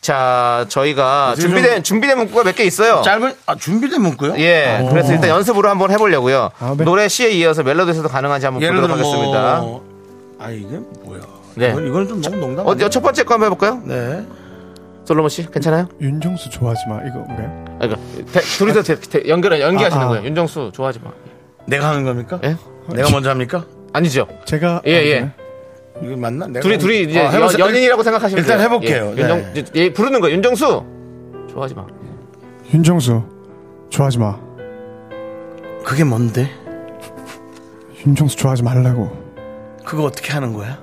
B: 자, 저희가
A: 요즘
B: 준비된
A: 좀-
B: 준비된 문구가 몇 개 있어요.
A: 짧은 아 준비된 문구요?
B: 예,
A: 오.
B: 그래서 일단 연습으로 한번 해보려고요.
A: 아, 네.
B: 노래 시에 이어서 멜로디에서도 가능한지 한번
A: 예를
B: 보도록
A: 들어
B: 하겠습니다.
A: 뭐, 아 이게 뭐야?
B: 네.
A: 이건, 이건 좀 너무 농담.
B: 어, 첫 번째 거 한번 해볼까요?
A: 네.
B: 솔로몬 씨, 괜찮아요?
I: 윤정수 좋아하지 마. 이거 뭔가요?
B: 아, 이거 대- 둘이서 대- 대- 연결 연기하시는
I: 아, 아.
B: 거예요. 윤정수 좋아하지 마.
A: 내가 하는 겁니까?
B: 예?
A: 내가 먼저 합니까?
B: 아니죠.
I: 제가
B: 예, 예.
A: 이거 맞나? 내가
B: 둘이 둘이 이제
A: 어, 해보세요.
B: 연, 인이라고 생각하시면
A: 일단
B: 돼요.
A: 해볼게요. 네.
B: 예, 윤정, 이제 예, 부르는 거예요. 윤정수 좋아하지 마.
I: 윤정수 좋아하지 마.
A: 그게 뭔데?
I: 윤정수 좋아하지 말라고.
A: 그거 어떻게 하는 거야?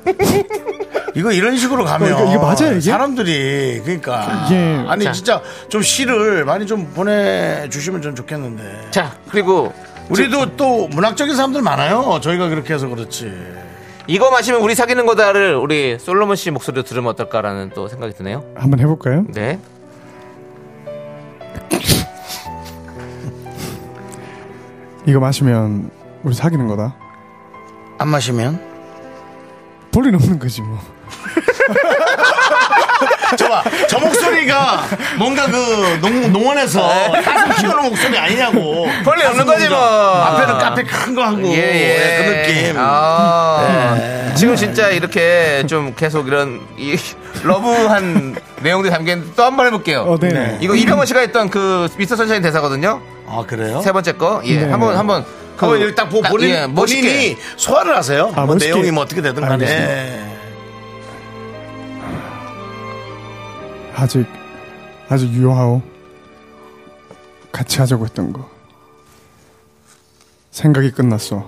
A: 이거 이런 식으로 가면
I: 어, 이거- 이거 맞아요, 이게? 예.
A: 사람들이 그러니까
I: 이게-
A: 아니
I: 자.
A: 진짜 좀 시를 많이 좀 보내주시면 좀 좋겠는데
B: 자 그리고
A: 우리도 또 문학적인 사람들 많아요 저희가 그렇게 해서 그렇지
B: 이거 마시면 우리 사귀는 거다를 우리 솔로몬 씨 목소리로 들으면 어떨까라는 또 생각이 드네요.
I: 한번 해볼까요?
B: 네.
I: 이거 마시면 우리 사귀는 거다.
A: 안 마시면
I: 볼일 없는 거지 뭐.
A: 저봐, 저 목소리가 뭔가 그 농, 농원에서
B: 네.
A: 가슴 키우는 목소리 아니냐고.
B: 권리
A: 가슴
B: 없는 거지 뭐.
A: 농장. 앞에는 카페 큰 거 하고.
B: 예, 예.
A: 아, 예, 그 느낌. 네.
B: 아. 지금 진짜 이렇게 좀 계속 이런 이 러브한 내용들이 담겨 있는데 또 한 번 해볼게요.
I: 어, 네. 네.
B: 이거 이병헌 씨가 했던 그 미스터 선샤인 대사거든요.
A: 아, 그래요?
B: 세 번째 거. 예.
A: 네.
B: 한번 한번 그
A: 한번 여기 딱 보고 본인,
B: 예, 멋있게.
A: 본인이 소화를 하세요.
B: 아,
A: 뭐
B: 멋있게.
A: 내용이 뭐 어떻게 되든 간에. 예.
I: 알겠습니다. 아직 아직 유효하오 같이 하자고 했던 거 생각이 끝났어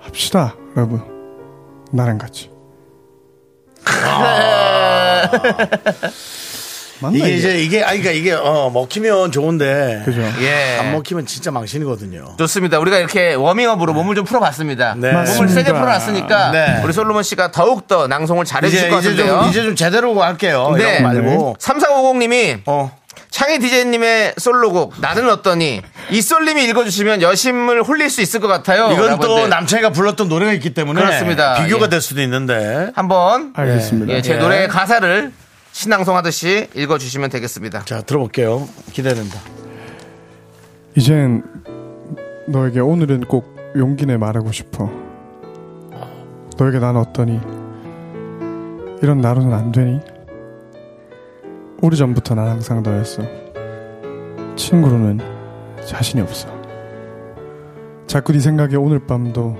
I: 합시다 여러분 나랑 같이 맞나,
A: 이게
I: 이게?
A: 이제 이게 아니 그러니까 이게 어, 먹히면 좋은데
I: 그죠.
B: 예.
A: 안 먹히면 진짜 망신이거든요.
B: 좋습니다. 우리가 이렇게 워밍업으로 몸을 좀 풀어봤습니다. 몸을
A: 네. 맞습니다.
B: 세게 풀어놨으니까
A: 네.
B: 우리 솔로몬 씨가 더욱더 낭송을
A: 이제
B: 잘해주실 것
A: 이제
B: 같은데요.
A: 좀 이제 좀 제대로 할게요. 이런
B: 네.
A: 거 말고 어.
B: 3450님이 창희 DJ님의 솔로곡 나는 어떠니 이솔님이 읽어주시면 여심을 홀릴 수 있을 것 같아요.
A: 이건
B: 라고
A: 또
B: 했는데
A: 남창이가 불렀던 노래가 있기 때문에
B: 그렇습니다.
A: 비교가
B: 예.
A: 될 수도 있는데
B: 한번
A: 알겠습니다.
B: 예, 제
A: 예.
B: 노래 가사를 신앙송 하듯이 읽어주시면 되겠습니다.
A: 자 들어볼게요. 기대된다.
I: 이젠 너에게 오늘은 꼭 용기 내 말하고 싶어 너에게 난 어떠니 이런 나로는 안 되니 오래 전부터 난 항상 너였어 친구로는 자신이 없어 자꾸 네 생각에 오늘 밤도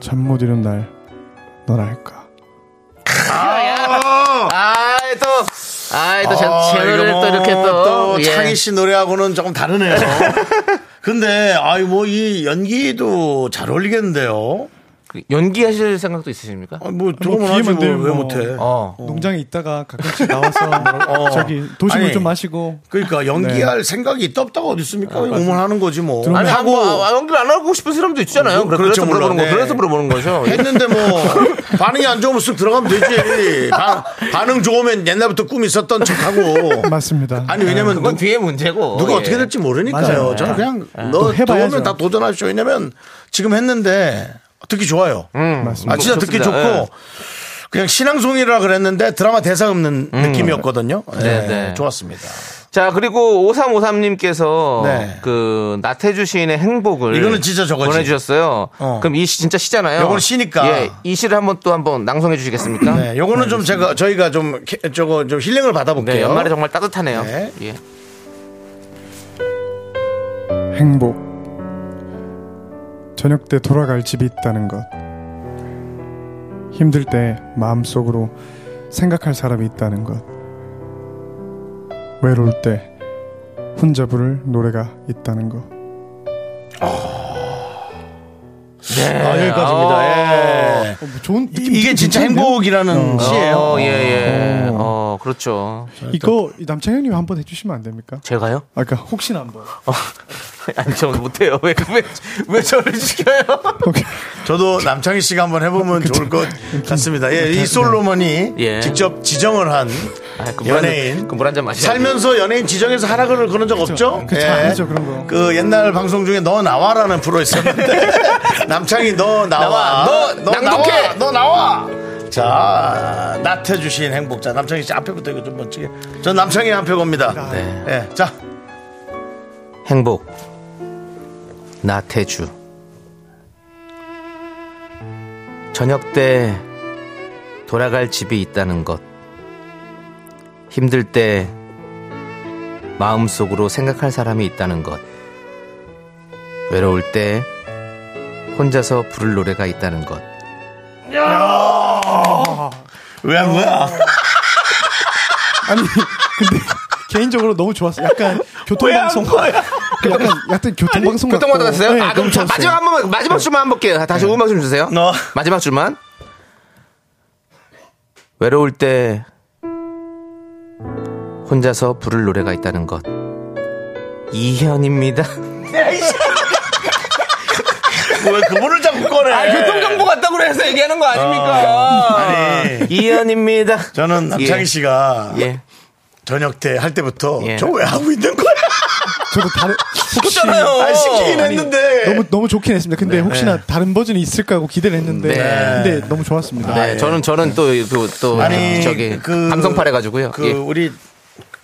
I: 잠 못 이룬 날 넌 알까
B: 아또 아또
A: 아,
B: 제 노래를
A: 이거
B: 또 이렇게 또,
A: 또
B: 예.
A: 창희 씨 노래하고는 조금 다르네요. 근데 아이 뭐 이 연기도 잘 어울리겠는데요.
B: 그 연기하실 생각도 있으십니까? 어.
A: 뭐 조금은 하지 뭐, 왜 못해?
B: 아.
I: 농장에 있다가 가끔씩 나와서 저기 도심을
A: 어. 아니,
I: 좀 마시고
A: 그러니까 연기할
I: 네.
A: 생각이 있다 없다가 어디 있습니까?
I: 아, 맞습니다.
A: 응원하는 거지 뭐.
B: 아니 하고 연기를 안 하고 싶은 사람도 있잖아요.
A: 뭐,
B: 그래서
A: 그렇죠, 물론.
B: 물어보는 거.
A: 네.
B: 그래서 물어보는 거죠.
A: 했는데 뭐 반응이 안 좋으면 쓱 들어가면 되지. 바- 반응 좋으면 옛날부터 꿈 있었던 척하고.
I: 맞습니다.
A: 아니 왜냐면
B: 그건
A: 누,
B: 뒤에 문제고
A: 누가
B: 예.
A: 어떻게 될지 모르니까요.
B: 맞아요.
A: 저는 그냥
B: 예.
A: 너
I: 또 해봐야죠.
A: 들어오면 다 도전하십시오. 왜냐면 지금 했는데 듣기 좋아요.
B: 음, 뭐
I: 맞습니다.
A: 아 진짜 듣기 좋고
I: 좋습니다.
B: 예.
A: 그냥 신앙송이라 그랬는데 드라마 대사 없는
B: 음.
A: 느낌이었거든요.
B: 네,
A: 네,
B: 네.
A: 좋았습니다.
B: 자 그리고 5353님께서
A: 네.
B: 그 나태주 시인의 행복을
A: 이거는 진짜 저거지.
B: 보내주셨어요.
A: 어.
B: 그럼 이 시 진짜 시잖아요.
A: 요건 시니까.
B: 예, 이 시를 한번 또 한번 낭송해 주시겠습니까?
A: 네, 요거는 좀 제가 저희가 좀 게- 저거 좀 힐링을 받아볼게요.
B: 네, 연말에 정말 따뜻하네요.
A: 네.
B: 예.
I: 행복. 저녁 때 돌아갈 집이 있다는 것. 힘들 때 마음속으로 생각할 사람이 있다는 것. 외로울 때 혼자 부를 노래가 있다는 것.
A: 아, 여기까지입니다. 예.
I: 뭐 좋은
A: 이게 진짜 행복이라는 시예요.
B: 어, 예, 예. 어, 그렇죠.
I: 이거 남창현님 한번 해주시면 안 됩니까?
B: 제가요?
I: 아까 그러니까 혹시나 한번.
B: 아니, 저 못해요. 왜, 왜, 왜 저를 시켜요?
A: 저도 남창희 씨가 한번 해보면 좋을 것 같습니다. 예, 이 솔로몬이
B: 예.
A: 직접 지정을 한 네, 연예인.
B: 그 그물한잔 마시죠.
A: 살면서 연예인 지정에서 하락을 그런 적 없죠? 예.
I: 그쵸, 안 하죠, 그런 거.
A: 그 옛날 방송 중에 너 나와라는 프로 있었는데 남창희 너 나와,
B: 나와. 너 낭독해.
A: 나와, 너 나와. 자 나태주 시인 행복자 남창희 씨 앞에부터 이거 좀 멋지게. 전 남창희 한 표
I: 아.
A: 겁니다.
B: 네.
A: 예, 자
B: 행복 나태주 저녁 때 돌아갈 집이 있다는 것 힘들 때 마음속으로 생각할 사람이 있다는 것 외로울 때 혼자서 부를 노래가 있다는 것
A: 왜 한 거야?
I: 아니 근데 개인적으로 너무 좋았어. 요 약간 교통방송. 약간 약간 교통방송
B: 교통 받아
I: 같고.
B: 갔어요?
I: 네,
B: 아,
I: 너무
B: 그럼 자,
I: 좋았어요.
B: 마지막 한 번만, 마지막 줄만 한번 볼게요. 다시 음악 좀 주세요. 마지막 줄만. 외로울 때 혼자서 부를 노래가 있다는 것. 이현입니다.
A: 왜 그분을 자꾸 꺼내?
B: 아, 같다고 그래서 얘기하는 거
A: 아니.
B: 네. 이현입니다.
A: 저는 남창희
B: 예.
A: 씨가
B: 예.
A: 저녁 때 할 때부터 저 왜 하고 있는 거야?
I: 저도 다른 혹시
A: 시키잖아요. 아, 시키긴 했는데.
I: 너무 너무 좋긴 했습니다. 근데
B: 네.
I: 혹시나 다른 버전이 있을까 하고 기대를 했는데
B: 네.
I: 근데 너무 좋았습니다.
B: 네, 저는 저는 또그또
A: 아니,
B: 어, 네. 저기
A: 그-
B: 감성팔해 가지고요. 예.
A: 그 우리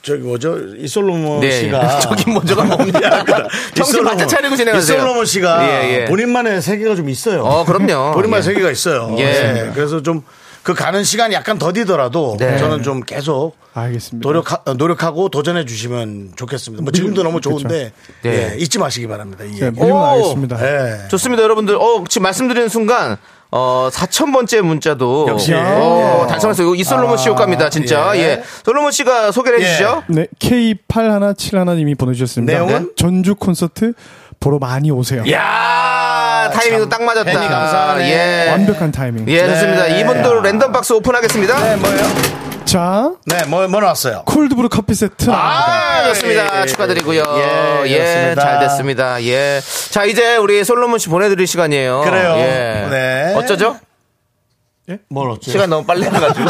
A: 저기 뭐죠 이솔로몬
B: 네,
A: 씨가 어,
B: 예. 저기 뭐죠가 뭡니까? 정신 바짝 차리고 진행하세요.
A: 이솔로몬 씨가
B: 예, 예.
A: 본인만의 세계가 좀 있어요.
B: 어, 그럼요.
A: 본인만의
B: 예.
A: 세계가 있어요.
B: 예.
A: 네, 그래서 좀 그 가는 시간이 약간 더디더라도
B: 네.
A: 저는 좀 계속
I: 알겠습니다.
A: 노력하, 노력하고 도전해 주시면 좋겠습니다. 뭐 지금도 너무 좋은데
B: 그렇죠. 네.
A: 예, 잊지 마시기 바랍니다. 이
I: 네,
A: 얘기.
I: 미리만
B: 오!
I: 알겠습니다.
A: 예.
B: 좋습니다, 여러분들. 어, 지금 말씀드리는 순간 어, 4,000번째 문자도
A: 역시.
B: 어, 달성했어요. 이 솔로몬 씨 효과입니다, 진짜.
A: 예.
B: 예. 솔로몬 씨가 소개를 해 주시죠.
I: 네, K8171님이 보내주셨습니다.
A: 내용은? 예.
I: 네. 전주 콘서트 보러 많이 오세요.
A: 아,
B: 야, 타이밍도 딱 맞았다.
A: 팬이 감사하네.
B: 예.
I: 완벽한 타이밍.
B: 예, 좋습니다.
A: 네.
B: 이분도 랜덤 박스 오픈하겠습니다.
A: 네, 뭐예요?
I: 자,
A: 네, 뭐, 뭐 나왔어요?
I: 콜드브루 커피 세트.
B: 아, 좋습니다.
A: 예.
B: 축하드리고요.
A: 예,
B: 예,
A: 그렇습니다.
B: 잘 됐습니다. 예. 자, 이제 우리 솔로몬 씨 보내드릴 시간이에요.
A: 그래요.
B: 예.
A: 네.
B: 어쩌죠?
A: 뭘 어째?
B: 시간 너무 빨리 해가지고.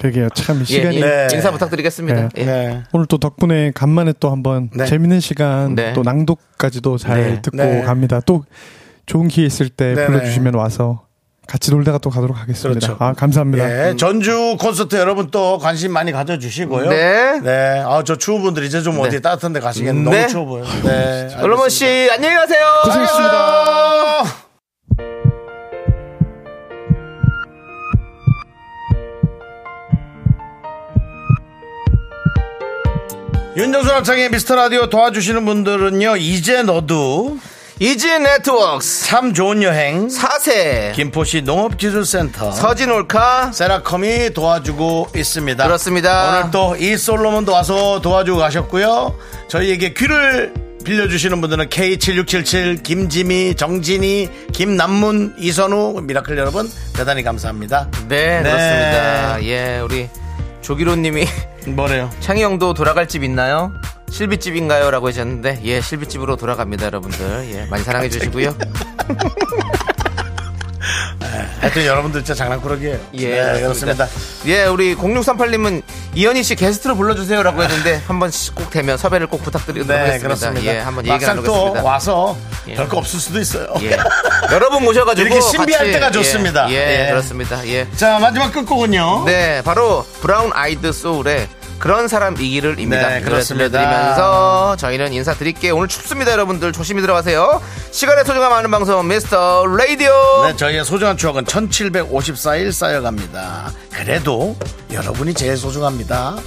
I: 그게요, 참
B: 예,
I: 시간이.
B: 인-
A: 네.
B: 인사 부탁드리겠습니다. 예.
A: 네.
I: 오늘 또 덕분에 간만에 또 한번
A: 네.
I: 재밌는 시간
B: 네.
I: 또 낭독까지도 잘
B: 네.
I: 듣고
A: 네.
I: 갑니다. 또 좋은 기회 있을 때
A: 네네.
I: 불러주시면 와서 같이 놀다가 또 가도록 하겠습니다.
A: 그렇죠.
I: 아 감사합니다.
B: 네.
A: 예,
B: 음.
A: 전주 콘서트 여러분 또 관심 많이 가져주시고요.
B: 네.
A: 네. 아, 저 추운 분들 이제 좀 어디
B: 네.
A: 따뜻한 데 가시겠네.
B: 네.
A: 너무 추워 보여요. 네.
B: 솔로몬 씨, 안녕히 가세요.
I: 고생했습니다.
A: 윤정수 남창의 미스터 라디오 도와주시는 분들은요. 이제 너도
B: 이지 네트워크스,
A: 참 좋은 여행
B: 사세,
A: 김포시 농업기술센터
B: 서진 올카.
A: 세라컴이 도와주고 있습니다.
B: 그렇습니다.
A: 오늘 또 이 솔로몬도 와서 도와주고 가셨고요. 저희에게 귀를 빌려주시는 분들은 K7677, 김지미, 정진이, 김남문, 이선우, 미라클 여러분, 대단히 감사합니다.
B: 네, 그렇습니다. 예, 우리 조기로 님이
A: 뭐래요?
B: 창희 형도 돌아갈 집 있나요? 실비집인가요? 라고 하셨는데, 예, 실비집으로 돌아갑니다, 여러분들. 예, 많이 사랑해 주시고요.
A: 하여튼 여러분들 진짜 장난꾸러기예요
B: 예,
A: 네, 그렇습니다.
B: 예, 우리 0638님은 이현희 씨 게스트로 불러주세요라고 했는데 한번 꼭 되면 섭외를 꼭 부탁드리도록
A: 네,
B: 하겠습니다.
A: 그렇습니다.
B: 예, 한번 얘기
A: 막상 또
B: 나누겠습니다.
A: 와서
B: 예.
A: 별거 없을 수도 있어요.
B: 예, 여러분 모셔가지고
A: 이렇게 신비할
B: 같이,
A: 때가
B: 예,
A: 좋습니다.
B: 예,
A: 예.
B: 그렇습니다. 예,
A: 자, 마지막 끝곡은요.
B: 네, 바로 브라운 아이드 소울의 그런 사람 이기를입니다.
A: 네,
B: 이
A: 그렇습니다.
B: 들려드리면서 저희는 인사드릴게요. 오늘 춥습니다, 여러분들 조심히 들어가세요. 시간의 소중함 아는 방송 미스터 라디오.
A: 네, 저희의 소중한 추억은 1754일 쌓여갑니다. 그래도 여러분이 제일 소중합니다.